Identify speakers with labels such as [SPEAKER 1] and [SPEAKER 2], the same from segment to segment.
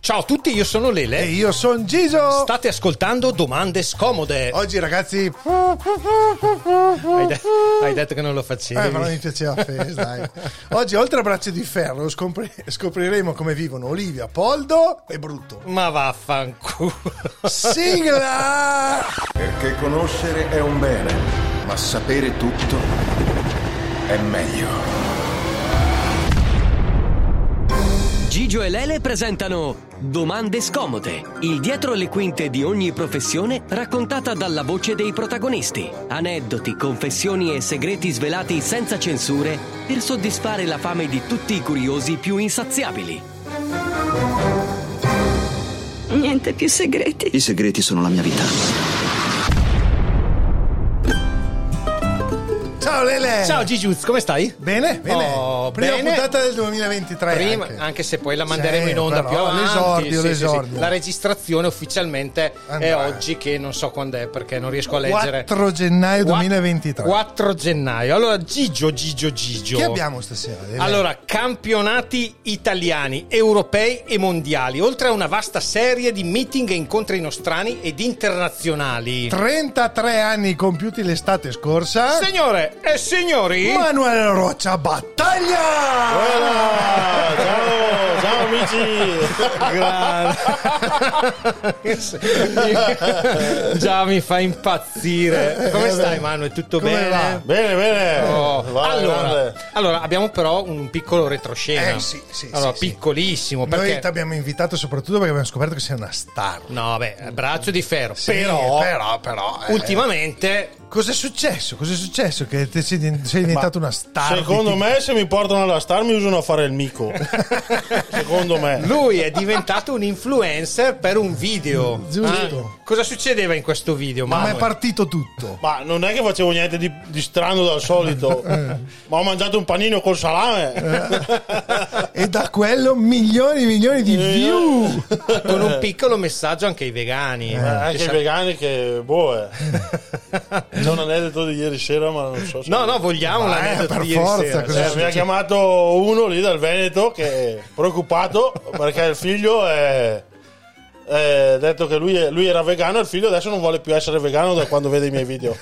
[SPEAKER 1] Ciao a tutti, io sono Lele.
[SPEAKER 2] E io sono Giso.
[SPEAKER 1] State ascoltando domande scomode.
[SPEAKER 2] Oggi ragazzi, eh,
[SPEAKER 1] Hai, de- hai detto che non lo facevi.
[SPEAKER 2] eh, ma non mi piaceva Fes, dai. Oggi oltre a Braccio di Ferro scopri- scopriremo come vivono Olivia, Poldo e Brutto.
[SPEAKER 1] Ma vaffanculo.
[SPEAKER 2] Sigla!
[SPEAKER 3] Perché conoscere è un bene, ma sapere tutto è meglio.
[SPEAKER 4] Gigio e Lele presentano Domande scomode, il dietro le quinte di ogni professione raccontata dalla voce dei protagonisti. Aneddoti, confessioni e segreti svelati senza censure per soddisfare la fame di tutti i curiosi più insaziabili.
[SPEAKER 5] Niente più segreti.
[SPEAKER 6] I segreti sono la mia vita.
[SPEAKER 2] Ciao Lele!
[SPEAKER 1] Ciao Gigiuz, come stai?
[SPEAKER 2] Bene, bene.
[SPEAKER 1] Oh,
[SPEAKER 2] Prima
[SPEAKER 1] bene.
[SPEAKER 2] puntata del 2023.
[SPEAKER 1] Prima,
[SPEAKER 2] anche.
[SPEAKER 1] anche. se poi la manderemo
[SPEAKER 2] Sì,
[SPEAKER 1] in onda
[SPEAKER 2] però,
[SPEAKER 1] più avanti.
[SPEAKER 2] L'esordio,
[SPEAKER 1] Sì, sì, sì.
[SPEAKER 2] l'esordio.
[SPEAKER 1] La registrazione ufficialmente è
[SPEAKER 2] Andrà.
[SPEAKER 1] oggi che non so quando è perché non riesco a leggere.
[SPEAKER 2] 4 gennaio
[SPEAKER 1] Qua-
[SPEAKER 2] 2023.
[SPEAKER 1] 4 gennaio. Allora Gigio, Gigio, Gigio.
[SPEAKER 2] Che abbiamo stasera? Lele?
[SPEAKER 1] Allora, campionati italiani, europei e mondiali, oltre a una vasta serie di meeting e incontri nostrani ed internazionali.
[SPEAKER 2] 33 anni compiuti l'estate scorsa.
[SPEAKER 1] Signore e signori,
[SPEAKER 2] Manuel Roccia Battaglia! Ah,
[SPEAKER 1] Ciao, ciao amici. Già mi fa impazzire. Come stai Manuel? Tutto
[SPEAKER 2] Eh, Come
[SPEAKER 1] bene?
[SPEAKER 2] va?
[SPEAKER 7] Bene, bene.
[SPEAKER 1] Oh,
[SPEAKER 7] Vai,
[SPEAKER 1] allora,
[SPEAKER 7] grande.
[SPEAKER 1] allora, abbiamo però un piccolo retroscena.
[SPEAKER 2] Eh, sì, sì,
[SPEAKER 1] Allora,
[SPEAKER 2] sì, sì.
[SPEAKER 1] piccolissimo.
[SPEAKER 2] Noi
[SPEAKER 1] perché-
[SPEAKER 2] ti abbiamo invitato soprattutto perché abbiamo scoperto che sei una star.
[SPEAKER 1] No, beh, braccio di ferro.
[SPEAKER 2] Sì,
[SPEAKER 1] però,
[SPEAKER 2] però, però, eh.
[SPEAKER 1] ultimamente
[SPEAKER 2] Cos'è successo? Cos'è successo? Che te sei, di- sei diventato una star.
[SPEAKER 7] Secondo
[SPEAKER 2] di-
[SPEAKER 7] me, se mi portano alla star, mi usano a fare il mico. Secondo
[SPEAKER 2] Eh.
[SPEAKER 7] me.
[SPEAKER 1] lui è diventato un influencer per un video.
[SPEAKER 2] Giusto.
[SPEAKER 1] Ah, cosa succedeva in questo video?
[SPEAKER 2] Ma
[SPEAKER 1] Manuel?
[SPEAKER 2] è partito tutto.
[SPEAKER 7] Ma non è che facevo niente di, di strano dal solito.
[SPEAKER 1] Eh.
[SPEAKER 7] Ma ho mangiato un panino col salame. Eh,
[SPEAKER 2] e da quello milioni e milioni di view.
[SPEAKER 1] Con un piccolo messaggio anche ai vegani.
[SPEAKER 2] Eh.
[SPEAKER 1] Che
[SPEAKER 7] Anche i
[SPEAKER 1] Eh, sa-
[SPEAKER 7] vegani che boh. eh. Non aneddoto di ieri sera, ma non so se.
[SPEAKER 1] No, no, vogliamo
[SPEAKER 2] Ma, eh,
[SPEAKER 1] l'aneddoto
[SPEAKER 2] per
[SPEAKER 1] di ieri
[SPEAKER 2] forza,
[SPEAKER 1] sera.
[SPEAKER 2] cosa
[SPEAKER 7] Eh,
[SPEAKER 1] Cioè,
[SPEAKER 7] mi ha chiamato uno lì dal Veneto che è preoccupato perché il figlio è. è detto che lui, è- lui era vegano e il figlio adesso non vuole più essere vegano da quando vede i miei video.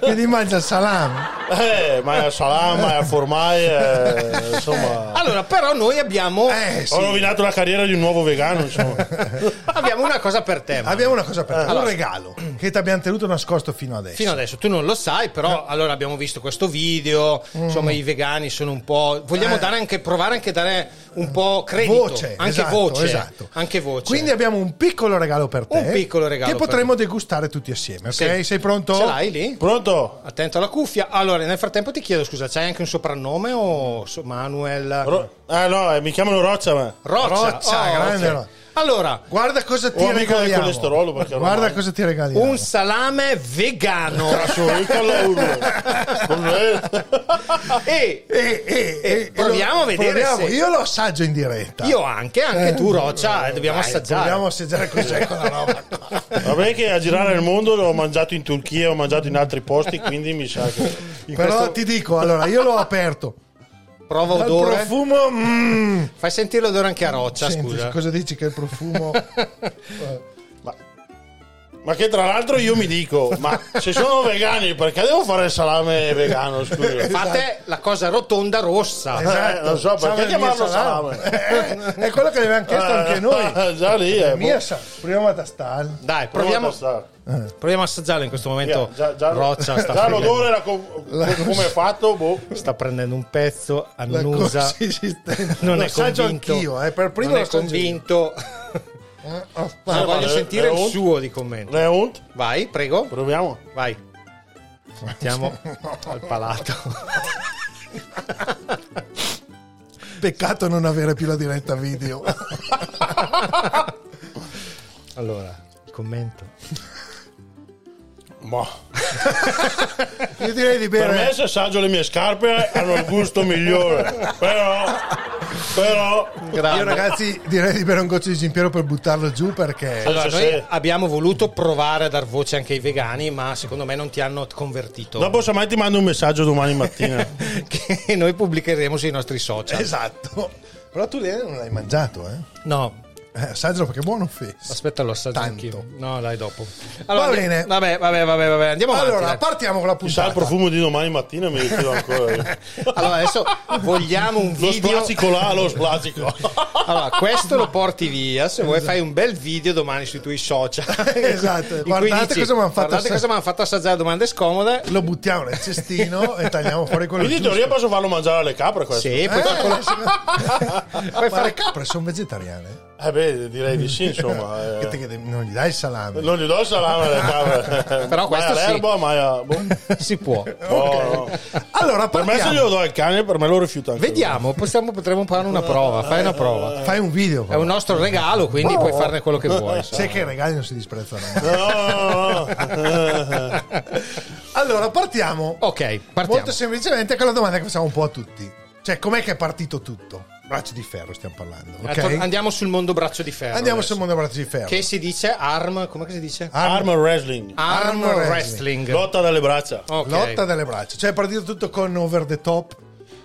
[SPEAKER 2] Quindi mangia il salame.
[SPEAKER 7] Eh, ma è a salame, è a formai, eh, insomma.
[SPEAKER 1] Allora, però noi abbiamo,
[SPEAKER 2] Eh,
[SPEAKER 7] Ho
[SPEAKER 2] sì.
[SPEAKER 7] rovinato la carriera di un nuovo vegano, insomma.
[SPEAKER 1] abbiamo una cosa per te. Manuel.
[SPEAKER 2] Abbiamo una cosa per te, un
[SPEAKER 7] Eh,
[SPEAKER 1] Allora.
[SPEAKER 2] regalo che ti abbiamo tenuto nascosto fino adesso.
[SPEAKER 1] Fino adesso tu non lo sai, però allora abbiamo visto questo video, insomma i vegani sono un po'... Vogliamo
[SPEAKER 2] Mm. Eh.
[SPEAKER 1] dare anche, provare anche a dare un po' credito,
[SPEAKER 2] Voce,
[SPEAKER 1] anche
[SPEAKER 2] esatto,
[SPEAKER 1] voce,
[SPEAKER 2] esatto.
[SPEAKER 1] anche voce.
[SPEAKER 2] Quindi abbiamo un piccolo regalo per te.
[SPEAKER 1] Un piccolo regalo
[SPEAKER 2] Che
[SPEAKER 1] per
[SPEAKER 2] potremo degustare tutti assieme, ok?
[SPEAKER 1] Sì.
[SPEAKER 2] Sei pronto?
[SPEAKER 1] Ce l'hai lì?
[SPEAKER 7] Pronto?
[SPEAKER 1] Attento alla cuffia. Allora, nel frattempo ti chiedo scusa, c'hai anche un soprannome o so- Manuel?
[SPEAKER 7] Ro- ah no, eh, mi chiamano Roccia, ma.
[SPEAKER 1] Roccia.
[SPEAKER 2] Roccia, ah,
[SPEAKER 1] Oh,
[SPEAKER 2] grande
[SPEAKER 1] ok.
[SPEAKER 2] Roccia.
[SPEAKER 1] Allora,
[SPEAKER 2] Guarda cosa ti
[SPEAKER 7] amico del
[SPEAKER 2] regaliamo.
[SPEAKER 7] colesterolo, perché ormai-
[SPEAKER 2] Guarda cosa ti regaliamo.
[SPEAKER 1] un salame vegano.
[SPEAKER 7] Trascuricala uno. Con me.
[SPEAKER 1] e
[SPEAKER 2] Eh, eh, eh, eh,
[SPEAKER 1] Proviamo
[SPEAKER 2] lo-
[SPEAKER 1] a vedere
[SPEAKER 2] proviamo.
[SPEAKER 1] se-
[SPEAKER 2] Io lo assaggio in diretta.
[SPEAKER 1] io anche, anche
[SPEAKER 2] Eh,
[SPEAKER 1] tu Roccia, eh, dobbiamo
[SPEAKER 2] Dai,
[SPEAKER 1] assaggiare.
[SPEAKER 2] Proviamo a assaggiare cos'è quella roba. qua.
[SPEAKER 7] Vabbè che a girare il mondo l'ho mangiato in Turchia, ho mangiato in altri posti, quindi mi sa che...
[SPEAKER 2] Però ti dico, allora, io l'ho aperto.
[SPEAKER 1] Prova
[SPEAKER 2] Dal
[SPEAKER 1] odore.
[SPEAKER 2] profumo, mm.
[SPEAKER 1] Fai sentire l'odore anche a Roccia,
[SPEAKER 2] Senti,
[SPEAKER 1] scusa.
[SPEAKER 2] cosa dici che il profumo...
[SPEAKER 7] Ma che tra l'altro io mi dico, ma se sono vegani perché devo fare il salame vegano, scusa?
[SPEAKER 1] Fate la cosa rotonda rossa.
[SPEAKER 2] Esatto.
[SPEAKER 7] Eh, non so,
[SPEAKER 2] Salve
[SPEAKER 7] perché
[SPEAKER 2] il
[SPEAKER 7] chiamarlo
[SPEAKER 2] mio Eh, È quello che avevamo chiesto anche noi.
[SPEAKER 7] Eh, Già lì, eh.
[SPEAKER 2] Mia
[SPEAKER 7] boh.
[SPEAKER 2] sa, proviamo a tastare.
[SPEAKER 1] Dai, proviamo,
[SPEAKER 7] Proviamo a stare.
[SPEAKER 1] proviamo a assaggiare in questo momento.
[SPEAKER 7] Via, già, già-
[SPEAKER 1] Roccia sta,
[SPEAKER 7] già
[SPEAKER 1] prendendo,
[SPEAKER 7] l'odore era co- co- come è fatto, boh.
[SPEAKER 1] sta prendendo un pezzo,
[SPEAKER 2] La
[SPEAKER 1] annusa.
[SPEAKER 2] consistenza.
[SPEAKER 1] Non
[SPEAKER 2] Lo
[SPEAKER 1] è
[SPEAKER 2] assaggio
[SPEAKER 1] convinto.
[SPEAKER 2] anch'io, eh, per primo
[SPEAKER 1] non
[SPEAKER 2] lo
[SPEAKER 1] è
[SPEAKER 2] assaggio
[SPEAKER 1] convinto.
[SPEAKER 2] io. Eh, oh, Eh.
[SPEAKER 1] Ma
[SPEAKER 7] Eh,
[SPEAKER 1] voglio
[SPEAKER 7] vale,
[SPEAKER 1] sentire
[SPEAKER 7] eh,
[SPEAKER 1] il
[SPEAKER 7] oh.
[SPEAKER 1] suo di commento.
[SPEAKER 7] Ne unt?
[SPEAKER 1] Vai, prego.
[SPEAKER 7] Proviamo.
[SPEAKER 1] Vai. Mettiamo al palato.
[SPEAKER 2] Peccato non avere più la diretta video.
[SPEAKER 1] Allora, il commento.
[SPEAKER 7] Ma
[SPEAKER 2] Io direi di
[SPEAKER 7] per me
[SPEAKER 2] bere.
[SPEAKER 7] se assaggio le mie scarpe hanno il gusto migliore. Però, però,
[SPEAKER 2] Io ragazzi direi di bere un goccio di Gimpiero per buttarlo giù perché
[SPEAKER 1] Allora,
[SPEAKER 7] Sì,
[SPEAKER 1] noi
[SPEAKER 7] sì.
[SPEAKER 1] abbiamo voluto provare a dar voce anche ai vegani, ma secondo me non ti hanno convertito.
[SPEAKER 7] dopo semmai ti mando un messaggio domani mattina.
[SPEAKER 1] che noi pubblicheremo sui nostri social.
[SPEAKER 2] Esatto. Però tu Lele non l'hai mangiato, eh?
[SPEAKER 1] No,
[SPEAKER 2] eh assaggialo perché è buono fes.
[SPEAKER 1] aspetta, lo assaggio
[SPEAKER 2] Tanto.
[SPEAKER 1] anch'io. No, dai, dopo.
[SPEAKER 2] Va bene.
[SPEAKER 1] Vabbè, vabbè, vabbè, vabbè, andiamo avanti.
[SPEAKER 2] Allora,
[SPEAKER 1] dai.
[SPEAKER 2] partiamo con la
[SPEAKER 7] Chissà
[SPEAKER 2] puntata.
[SPEAKER 7] il profumo di domani mattina mi rifiuto ancora.
[SPEAKER 1] allora, adesso vogliamo un
[SPEAKER 7] Lo
[SPEAKER 1] video.
[SPEAKER 7] splazico là, lo splazico.
[SPEAKER 1] Allora, questo lo porti via. Se vuoi, fai un bel video domani sui tuoi social.
[SPEAKER 2] Esatto,
[SPEAKER 1] In cui
[SPEAKER 2] guardate
[SPEAKER 1] dici,
[SPEAKER 2] cosa mi hanno fatto
[SPEAKER 1] guardate
[SPEAKER 2] assag-
[SPEAKER 1] cosa mi hanno fatto assaggiare domande scomode.
[SPEAKER 2] Lo buttiamo nel cestino e tagliamo fuori Eh, quello
[SPEAKER 7] Quindi in
[SPEAKER 2] giusto.
[SPEAKER 7] teoria posso farlo mangiare alle capre questo.
[SPEAKER 1] Sì, puoi fare quello-
[SPEAKER 2] Ma
[SPEAKER 1] puoi fare
[SPEAKER 2] le capre sono vegetariane.
[SPEAKER 7] Eh beh, direi di sì, insomma.
[SPEAKER 2] Che te-
[SPEAKER 7] eh.
[SPEAKER 2] che te- non gli dai il salame.
[SPEAKER 7] Non gli do il salame alle capre.
[SPEAKER 1] Però questo
[SPEAKER 7] mai all'erba, mai a... boh.
[SPEAKER 2] Eh.
[SPEAKER 1] si può.
[SPEAKER 7] No, no.
[SPEAKER 2] Allora,
[SPEAKER 7] Per me se
[SPEAKER 2] partiamo.
[SPEAKER 7] glielo do al cane, per me lo rifiuta anche.
[SPEAKER 1] Vediamo, possiamo- potremmo fare una prova. Fai una prova.
[SPEAKER 2] Fai un video.
[SPEAKER 1] È un nostro regalo, quindi puoi
[SPEAKER 2] Oh.
[SPEAKER 1] farne quello che vuoi.
[SPEAKER 2] Sai che i regali non si disprezzano. mai.
[SPEAKER 7] No, no, no.
[SPEAKER 2] Allora, partiamo.
[SPEAKER 1] Ok, partiamo.
[SPEAKER 2] Molto semplicemente con la domanda che facciamo un po' a tutti. Cioè, com'è che è partito tutto? Braccio di ferro stiamo parlando, ok?
[SPEAKER 1] Attor- Eh, Andiamo sul mondo braccio di ferro.
[SPEAKER 2] Andiamo
[SPEAKER 1] adesso.
[SPEAKER 2] sul mondo braccio di ferro.
[SPEAKER 1] Che si dice arm, come che si dice?
[SPEAKER 7] Arm wrestling.
[SPEAKER 1] Arm,
[SPEAKER 2] Arm
[SPEAKER 1] wrestling.
[SPEAKER 7] Lotta dalle braccia.
[SPEAKER 1] Ok.
[SPEAKER 2] Lotta delle braccia. Cioè, è partito tutto con over the top?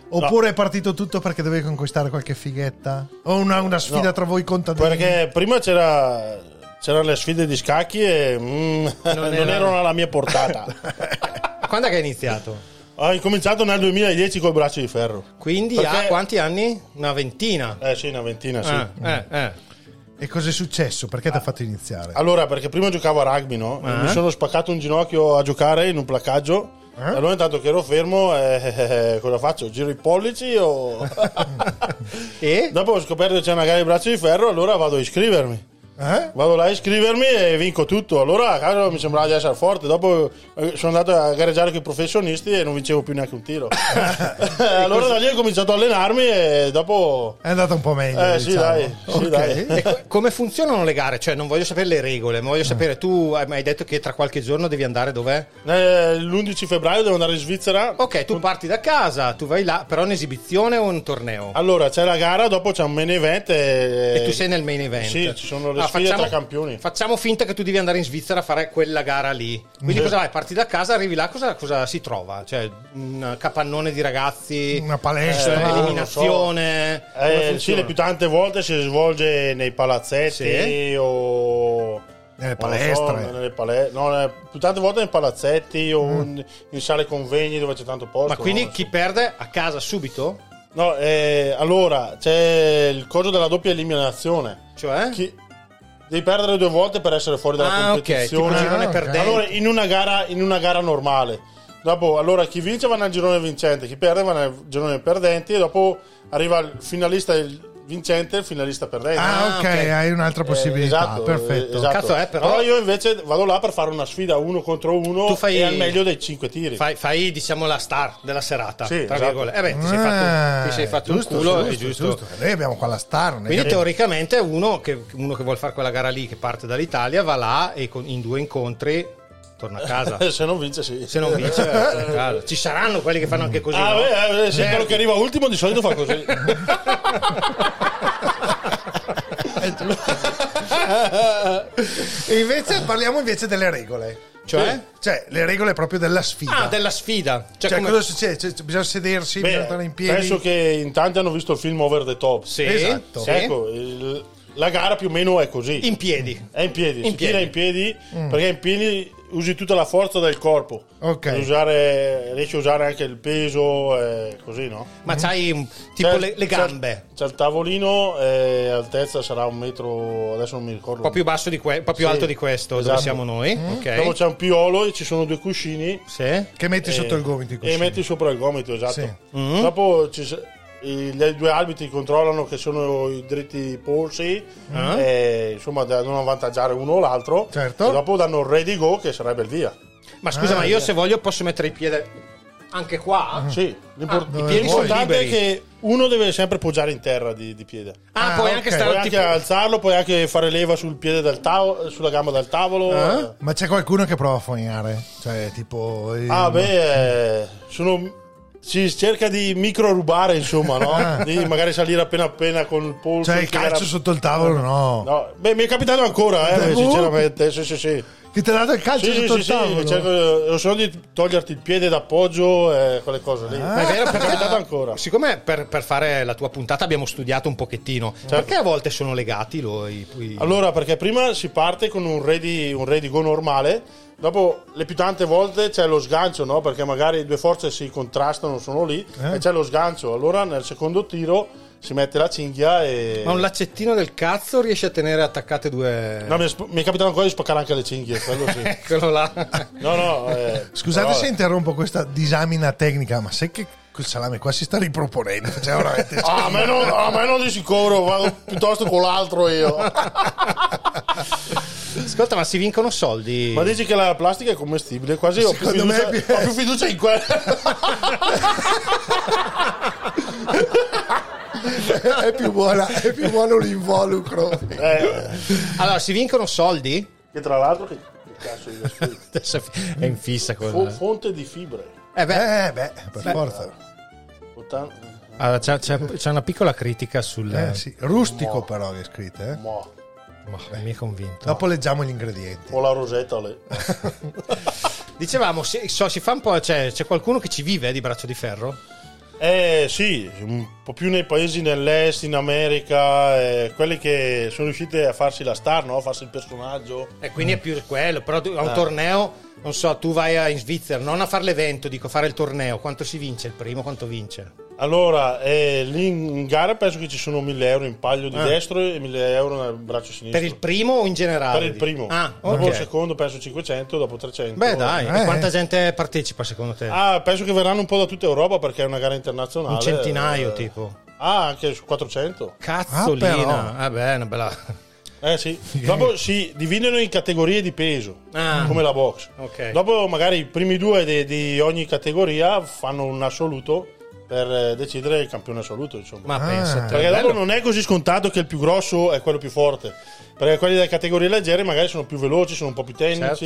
[SPEAKER 2] Oppure è partito tutto perché dovevi conquistare qualche fighetta? O una, una sfida
[SPEAKER 7] No.
[SPEAKER 2] tra voi contadini?
[SPEAKER 7] Perché prima c'era, c'erano le sfide di scacchi e mm, non,
[SPEAKER 1] era-
[SPEAKER 7] erano alla mia portata.
[SPEAKER 1] Quando è che hai iniziato?
[SPEAKER 7] Ho incominciato nel 2010 col braccio di ferro.
[SPEAKER 1] Quindi
[SPEAKER 7] Perché-
[SPEAKER 1] ha quanti anni? Una ventina.
[SPEAKER 7] Eh sì, una ventina, sì.
[SPEAKER 1] Eh, eh, eh.
[SPEAKER 2] E cos'è successo? Perché ti ha fatto iniziare?
[SPEAKER 7] Allora, perché prima giocavo a rugby, no? E
[SPEAKER 1] Ah.
[SPEAKER 7] Mi sono spaccato un ginocchio a giocare in un placaggio.
[SPEAKER 1] Ah.
[SPEAKER 7] E allora intanto che ero fermo, eh, eh, eh, cosa faccio? Giro i pollici o...
[SPEAKER 1] E?
[SPEAKER 7] Dopo ho scoperto che c'è una gara di braccio di ferro, allora vado a iscrivermi.
[SPEAKER 1] Ah.
[SPEAKER 2] Eh?
[SPEAKER 7] Vado là a iscrivermi e vinco tutto. Allora, cavolo, mi sembrava di essere forte. Dopo eh, sono andato a gareggiare con i professionisti e non vincevo più neanche un tiro. Eh, allora da lì ho cominciato a allenarmi e dopo...
[SPEAKER 2] È andata un po' meglio.
[SPEAKER 7] Eh sì,
[SPEAKER 2] diciamo.
[SPEAKER 7] dai, sì,
[SPEAKER 2] Ok.
[SPEAKER 7] dai.
[SPEAKER 1] E co- come funzionano le gare? Cioè, non voglio sapere le regole, ma voglio sapere tu hai hai detto che tra qualche giorno devi andare dov'è?
[SPEAKER 7] Eh, L'11 febbraio devo andare in Svizzera.
[SPEAKER 1] Ok, tu parti da casa, tu vai là, però è un'esibizione o un torneo?
[SPEAKER 7] Allora c'è la gara, dopo c'è un main event. E,
[SPEAKER 1] E tu sei nel main event.
[SPEAKER 7] Eh,
[SPEAKER 1] Ah,
[SPEAKER 7] Sì, ci sono le sfide tra campioni.
[SPEAKER 1] Facciamo finta che tu devi andare in Svizzera a fare quella gara lì. Quindi
[SPEAKER 7] Sì.
[SPEAKER 1] cosa vai? Parti da casa, arrivi là, cosa, cosa si trova? Cioè, un capannone di ragazzi,
[SPEAKER 2] Una
[SPEAKER 1] eh,
[SPEAKER 2] palestra.
[SPEAKER 7] non lo
[SPEAKER 1] eliminazione. come
[SPEAKER 7] Eh,
[SPEAKER 1] funziona?
[SPEAKER 7] sì, le più tante volte si svolge nei palazzetti
[SPEAKER 1] Sì.
[SPEAKER 7] o
[SPEAKER 2] Nelle
[SPEAKER 7] non lo
[SPEAKER 2] palestre. Mm.
[SPEAKER 7] so, nelle pale- no, le- più tante volte nei palazzetti o in, in sale convegni dove c'è tanto posto.
[SPEAKER 1] Ma quindi
[SPEAKER 7] no?
[SPEAKER 1] chi perde a casa subito?
[SPEAKER 7] No, eh, allora c'è il coso della doppia eliminazione.
[SPEAKER 1] Cioè?
[SPEAKER 7] Chi- Devi perdere due volte per essere fuori dalla
[SPEAKER 1] ah, ok, tipo
[SPEAKER 7] competizione.
[SPEAKER 2] Ah,
[SPEAKER 1] girone
[SPEAKER 2] ok.
[SPEAKER 1] perdente.
[SPEAKER 7] Allora, in una gara, in una gara normale. Dopo, allora, chi vince va nel girone vincente, chi perde va nel girone perdenti e dopo arriva il finalista e il vincente e il finalista perdente.
[SPEAKER 2] Ah,
[SPEAKER 1] Ah,
[SPEAKER 2] ok,
[SPEAKER 1] ok.
[SPEAKER 2] hai un'altra
[SPEAKER 7] Eh,
[SPEAKER 2] possibilità.
[SPEAKER 7] esatto,
[SPEAKER 2] Perfetto.
[SPEAKER 7] eh, esatto.
[SPEAKER 1] Cazzo, eh, però-
[SPEAKER 7] io invece vado là per fare una sfida uno contro uno
[SPEAKER 1] Tu fai-
[SPEAKER 7] e al meglio dei cinque tiri.
[SPEAKER 1] Fai, fai, diciamo la star della serata,
[SPEAKER 7] Sì,
[SPEAKER 1] tra
[SPEAKER 7] esatto.
[SPEAKER 1] virgolette. Eh beh, ti sei
[SPEAKER 2] Ah,
[SPEAKER 1] fatto, ti sei fatto
[SPEAKER 2] giusto,
[SPEAKER 1] un culo,
[SPEAKER 2] giusto,
[SPEAKER 1] è giusto.
[SPEAKER 2] giusto. Noi abbiamo qua la star. non è
[SPEAKER 1] Quindi
[SPEAKER 7] Eh.
[SPEAKER 2] che-
[SPEAKER 1] teoricamente uno che, uno che vuole fare quella gara lì, che parte dall'Italia, va là e con- in due incontri torna a casa.
[SPEAKER 7] Eh, Se non vince, sì.
[SPEAKER 1] Se non vince, torna a casa. ci saranno quelli che fanno anche così.
[SPEAKER 7] Ah,
[SPEAKER 1] no?
[SPEAKER 7] beh, eh, sì, quello che arriva ultimo di solito fa così.
[SPEAKER 2] E invece parliamo invece delle regole.
[SPEAKER 1] Cioè?
[SPEAKER 2] Cioè, le regole proprio della sfida.
[SPEAKER 1] Ah, della sfida. Cioè,
[SPEAKER 2] Cioè,
[SPEAKER 1] come-
[SPEAKER 2] cosa succede? Cioè, bisogna sedersi,
[SPEAKER 7] Beh,
[SPEAKER 2] bisogna stare in piedi.
[SPEAKER 7] penso che in tanti hanno visto il film Over the Top.
[SPEAKER 1] Sì,
[SPEAKER 2] Esatto.
[SPEAKER 1] sì.
[SPEAKER 7] Ecco, il- la gara più o meno è così.
[SPEAKER 1] in piedi.
[SPEAKER 7] È in piedi,
[SPEAKER 1] In Mm.
[SPEAKER 7] si tira in piedi perché in piedi usi tutta la forza del corpo.
[SPEAKER 2] Ok.
[SPEAKER 7] Per usare- riesci a usare anche il peso, e così no?
[SPEAKER 1] Ma c'hai un- tipo
[SPEAKER 7] C'è-
[SPEAKER 1] le, le
[SPEAKER 7] c'è-
[SPEAKER 1] gambe,
[SPEAKER 7] C'è, il tavolino, eh, altezza sarà un metro, adesso non mi ricordo.
[SPEAKER 1] un po' più, basso di que- un po' più
[SPEAKER 7] Sì,
[SPEAKER 1] alto di questo, dove
[SPEAKER 7] esatto.
[SPEAKER 1] siamo noi. Ok.
[SPEAKER 7] Dopo Diciamo c'è un piolo e ci sono due cuscini.
[SPEAKER 1] Sì.
[SPEAKER 2] Che metti
[SPEAKER 7] eh,
[SPEAKER 2] sotto il gomito. i
[SPEAKER 7] E
[SPEAKER 2] cuscini.
[SPEAKER 7] metti sopra il gomito, esatto.
[SPEAKER 2] Sì.
[SPEAKER 7] Dopo ci s- i- gli due arbitri controllano che sono i dritti polsi, eh, insomma, da non avvantaggiare uno o l'altro.
[SPEAKER 2] Mm-hmm. Certo.
[SPEAKER 7] E dopo danno il ready go che sarebbe il Ah, via. Ah.
[SPEAKER 1] Ma scusa, ma io se voglio posso mettere il piede Anche qua?
[SPEAKER 7] Sì, l'impor-
[SPEAKER 2] Ah. dove
[SPEAKER 7] l'importante
[SPEAKER 1] vuoi.
[SPEAKER 7] è che uno deve sempre poggiare in terra di, di piede.
[SPEAKER 1] Ah,
[SPEAKER 2] Ah,
[SPEAKER 1] puoi
[SPEAKER 2] ok.
[SPEAKER 1] anche
[SPEAKER 7] Puoi
[SPEAKER 1] stare
[SPEAKER 7] anche
[SPEAKER 1] tipo...
[SPEAKER 7] alzarlo, puoi anche fare leva sul piede dal tavolo, sulla gamba dal tavolo.
[SPEAKER 2] Eh? Ma c'è qualcuno che prova a fognare? Cioè, tipo. eh,
[SPEAKER 7] Ah, beh, eh, sono. Si cerca di micro rubare, insomma, no? Di magari salire appena appena con il polso.
[SPEAKER 2] Ah. Cioè, il
[SPEAKER 7] tirare-
[SPEAKER 2] calcio sotto il tavolo, no.
[SPEAKER 7] No, beh, mi è capitato ancora, eh,
[SPEAKER 2] Uh.
[SPEAKER 7] sinceramente. Sì, sì, sì.
[SPEAKER 2] Che ti ha dato il calcio
[SPEAKER 7] Sì, sì,
[SPEAKER 2] sotto
[SPEAKER 7] sì,
[SPEAKER 2] il
[SPEAKER 7] sì,
[SPEAKER 2] tavolo?
[SPEAKER 7] cerco- ho solo di toglierti il piede d'appoggio e quelle cose lì.
[SPEAKER 2] Ah.
[SPEAKER 1] Ma è vero
[SPEAKER 7] mi è
[SPEAKER 1] perché
[SPEAKER 7] capitato ancora.
[SPEAKER 1] Siccome per, per fare la tua puntata abbiamo studiato un pochettino, perché a volte sono legati lo- i- i-
[SPEAKER 7] Allora, perché prima si parte con un re di, un re di go normale, dopo le più tante volte c'è lo sgancio, no? Perché magari due forze si contrastano, sono lì,
[SPEAKER 2] Eh?
[SPEAKER 7] e c'è lo sgancio. Allora nel secondo tiro si mette la cinghia e...
[SPEAKER 1] Ma un laccettino del cazzo riesce a tenere attaccate due...
[SPEAKER 7] No, mi, è, sp- mi è capitato ancora di spaccare anche le cinghie, quello sì.
[SPEAKER 1] Quello là.
[SPEAKER 7] No, no, eh,
[SPEAKER 2] Eh. Scusate
[SPEAKER 7] però-
[SPEAKER 2] se interrompo questa disamina tecnica, ma sai che quel salame qua si sta riproponendo? Cioè, veramente.
[SPEAKER 7] Ah, ma non, ah, ma non di sicuro, vado piuttosto con l'altro io.
[SPEAKER 1] Ascolta, ma si vincono soldi.
[SPEAKER 7] Ma dici che la plastica è commestibile? Quasi ho più,
[SPEAKER 2] Secondo me
[SPEAKER 7] fiducia,
[SPEAKER 2] è più-
[SPEAKER 7] ho più fiducia in quella.
[SPEAKER 2] è più buona, è più buono l'involucro.
[SPEAKER 7] Eh,
[SPEAKER 1] Allora, si vincono soldi?
[SPEAKER 7] che tra l'altro, che, che cazzo io ho scritto?
[SPEAKER 1] Adesso è fi- è in fissa con...
[SPEAKER 7] Fo- fonte di fibre.
[SPEAKER 1] Eh beh,
[SPEAKER 2] Eh, beh, per forza.
[SPEAKER 7] Ottan-
[SPEAKER 1] allora, c'è, c'è- c'è una piccola critica sul...
[SPEAKER 2] Eh, sì. Rustico, però, che è scritto. Eh?
[SPEAKER 7] mo,
[SPEAKER 1] Ma non Boh, mi è convinto.
[SPEAKER 2] Dopo leggiamo gli ingredienti.
[SPEAKER 7] Ho la rosetta lì.
[SPEAKER 1] Dicevamo, si, so, si fa un po'... C'è, c'è qualcuno che ci vive eh, di braccio di ferro?
[SPEAKER 7] Eh sì, un po' più nei paesi dell'est, in America, eh, quelli che sono riusciti a farsi la star, no? A farsi il personaggio.
[SPEAKER 1] E Eh, quindi è più quello, però tu- a
[SPEAKER 7] Ah.
[SPEAKER 1] un torneo, non so, tu vai a- in Svizzera, non a fare l'evento, dico fare il torneo, quanto si vince il primo, quanto vince?
[SPEAKER 7] Allora, eh, lì in gara penso che ci sono 1000 euro in palio di destro e 1000 euro nel braccio sinistro.
[SPEAKER 1] Ah. Per il primo o in generale?
[SPEAKER 7] Per il primo.
[SPEAKER 1] Ah,
[SPEAKER 7] Dopo il
[SPEAKER 1] ok.
[SPEAKER 7] secondo penso 500, dopo 300.
[SPEAKER 1] Beh dai, e
[SPEAKER 2] Eh.
[SPEAKER 1] quanta gente partecipa secondo te?
[SPEAKER 7] Ah, penso che verranno un po' da tutta Europa perché è una gara internazionale.
[SPEAKER 1] un centinaio
[SPEAKER 7] eh.
[SPEAKER 1] tipo.
[SPEAKER 7] Ah, anche su 400?
[SPEAKER 1] Cazzolina.
[SPEAKER 2] Ah, però.
[SPEAKER 1] Vabbè, una bella...
[SPEAKER 7] Eh sì. Dopo si dividono in categorie di peso,
[SPEAKER 1] Ah.
[SPEAKER 7] come la box.
[SPEAKER 1] Ok.
[SPEAKER 7] Dopo magari i primi due de- di, ogni categoria fanno un assoluto per eh, decidere il campione assoluto, insomma.
[SPEAKER 1] Ma pensa te.
[SPEAKER 7] perché dopo
[SPEAKER 1] bello.
[SPEAKER 7] non è così scontato che il più grosso è quello più forte. Perché quelli delle categorie leggere magari sono più veloci, sono un po' più tecnici.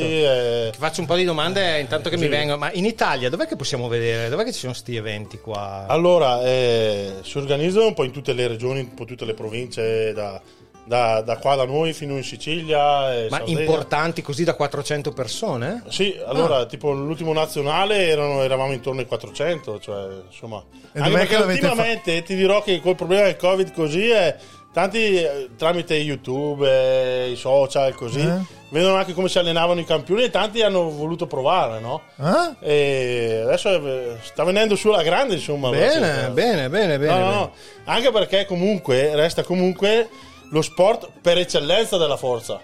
[SPEAKER 1] Certo.
[SPEAKER 7] eh.
[SPEAKER 1] Faccio un po' di domande eh, intanto che
[SPEAKER 7] Sì.
[SPEAKER 1] mi vengono. Ma in Italia dov'è che possiamo vedere? Dov'è che ci sono sti eventi qua?
[SPEAKER 7] Ah, Allora, eh, si organizzano un po' in tutte le regioni, un po' tutte le province, da, da- da qua da noi fino in Sicilia. eh,
[SPEAKER 1] Ma
[SPEAKER 7] Sardegna.
[SPEAKER 1] importanti così da 400 persone?
[SPEAKER 7] Sì, allora,
[SPEAKER 2] Ah.
[SPEAKER 7] tipo l'ultimo nazionale erano- eravamo intorno ai 400, cioè, insomma.
[SPEAKER 2] E
[SPEAKER 7] Anche
[SPEAKER 2] dov'è
[SPEAKER 7] perché
[SPEAKER 2] che l'avete
[SPEAKER 7] ultimamente ti dirò che col problema del Covid così è tanti eh, tramite YouTube, eh, i social così,
[SPEAKER 2] Eh?
[SPEAKER 7] vedono anche come si allenavano i campioni e tanti hanno voluto provare, no?
[SPEAKER 2] Eh?
[SPEAKER 7] E adesso eh, sta venendo su la grande, insomma. la
[SPEAKER 1] Bene,
[SPEAKER 7] cena.
[SPEAKER 1] bene, bene, bene.
[SPEAKER 7] No, no, no. Anche perché comunque resta comunque lo sport per eccellenza della forza.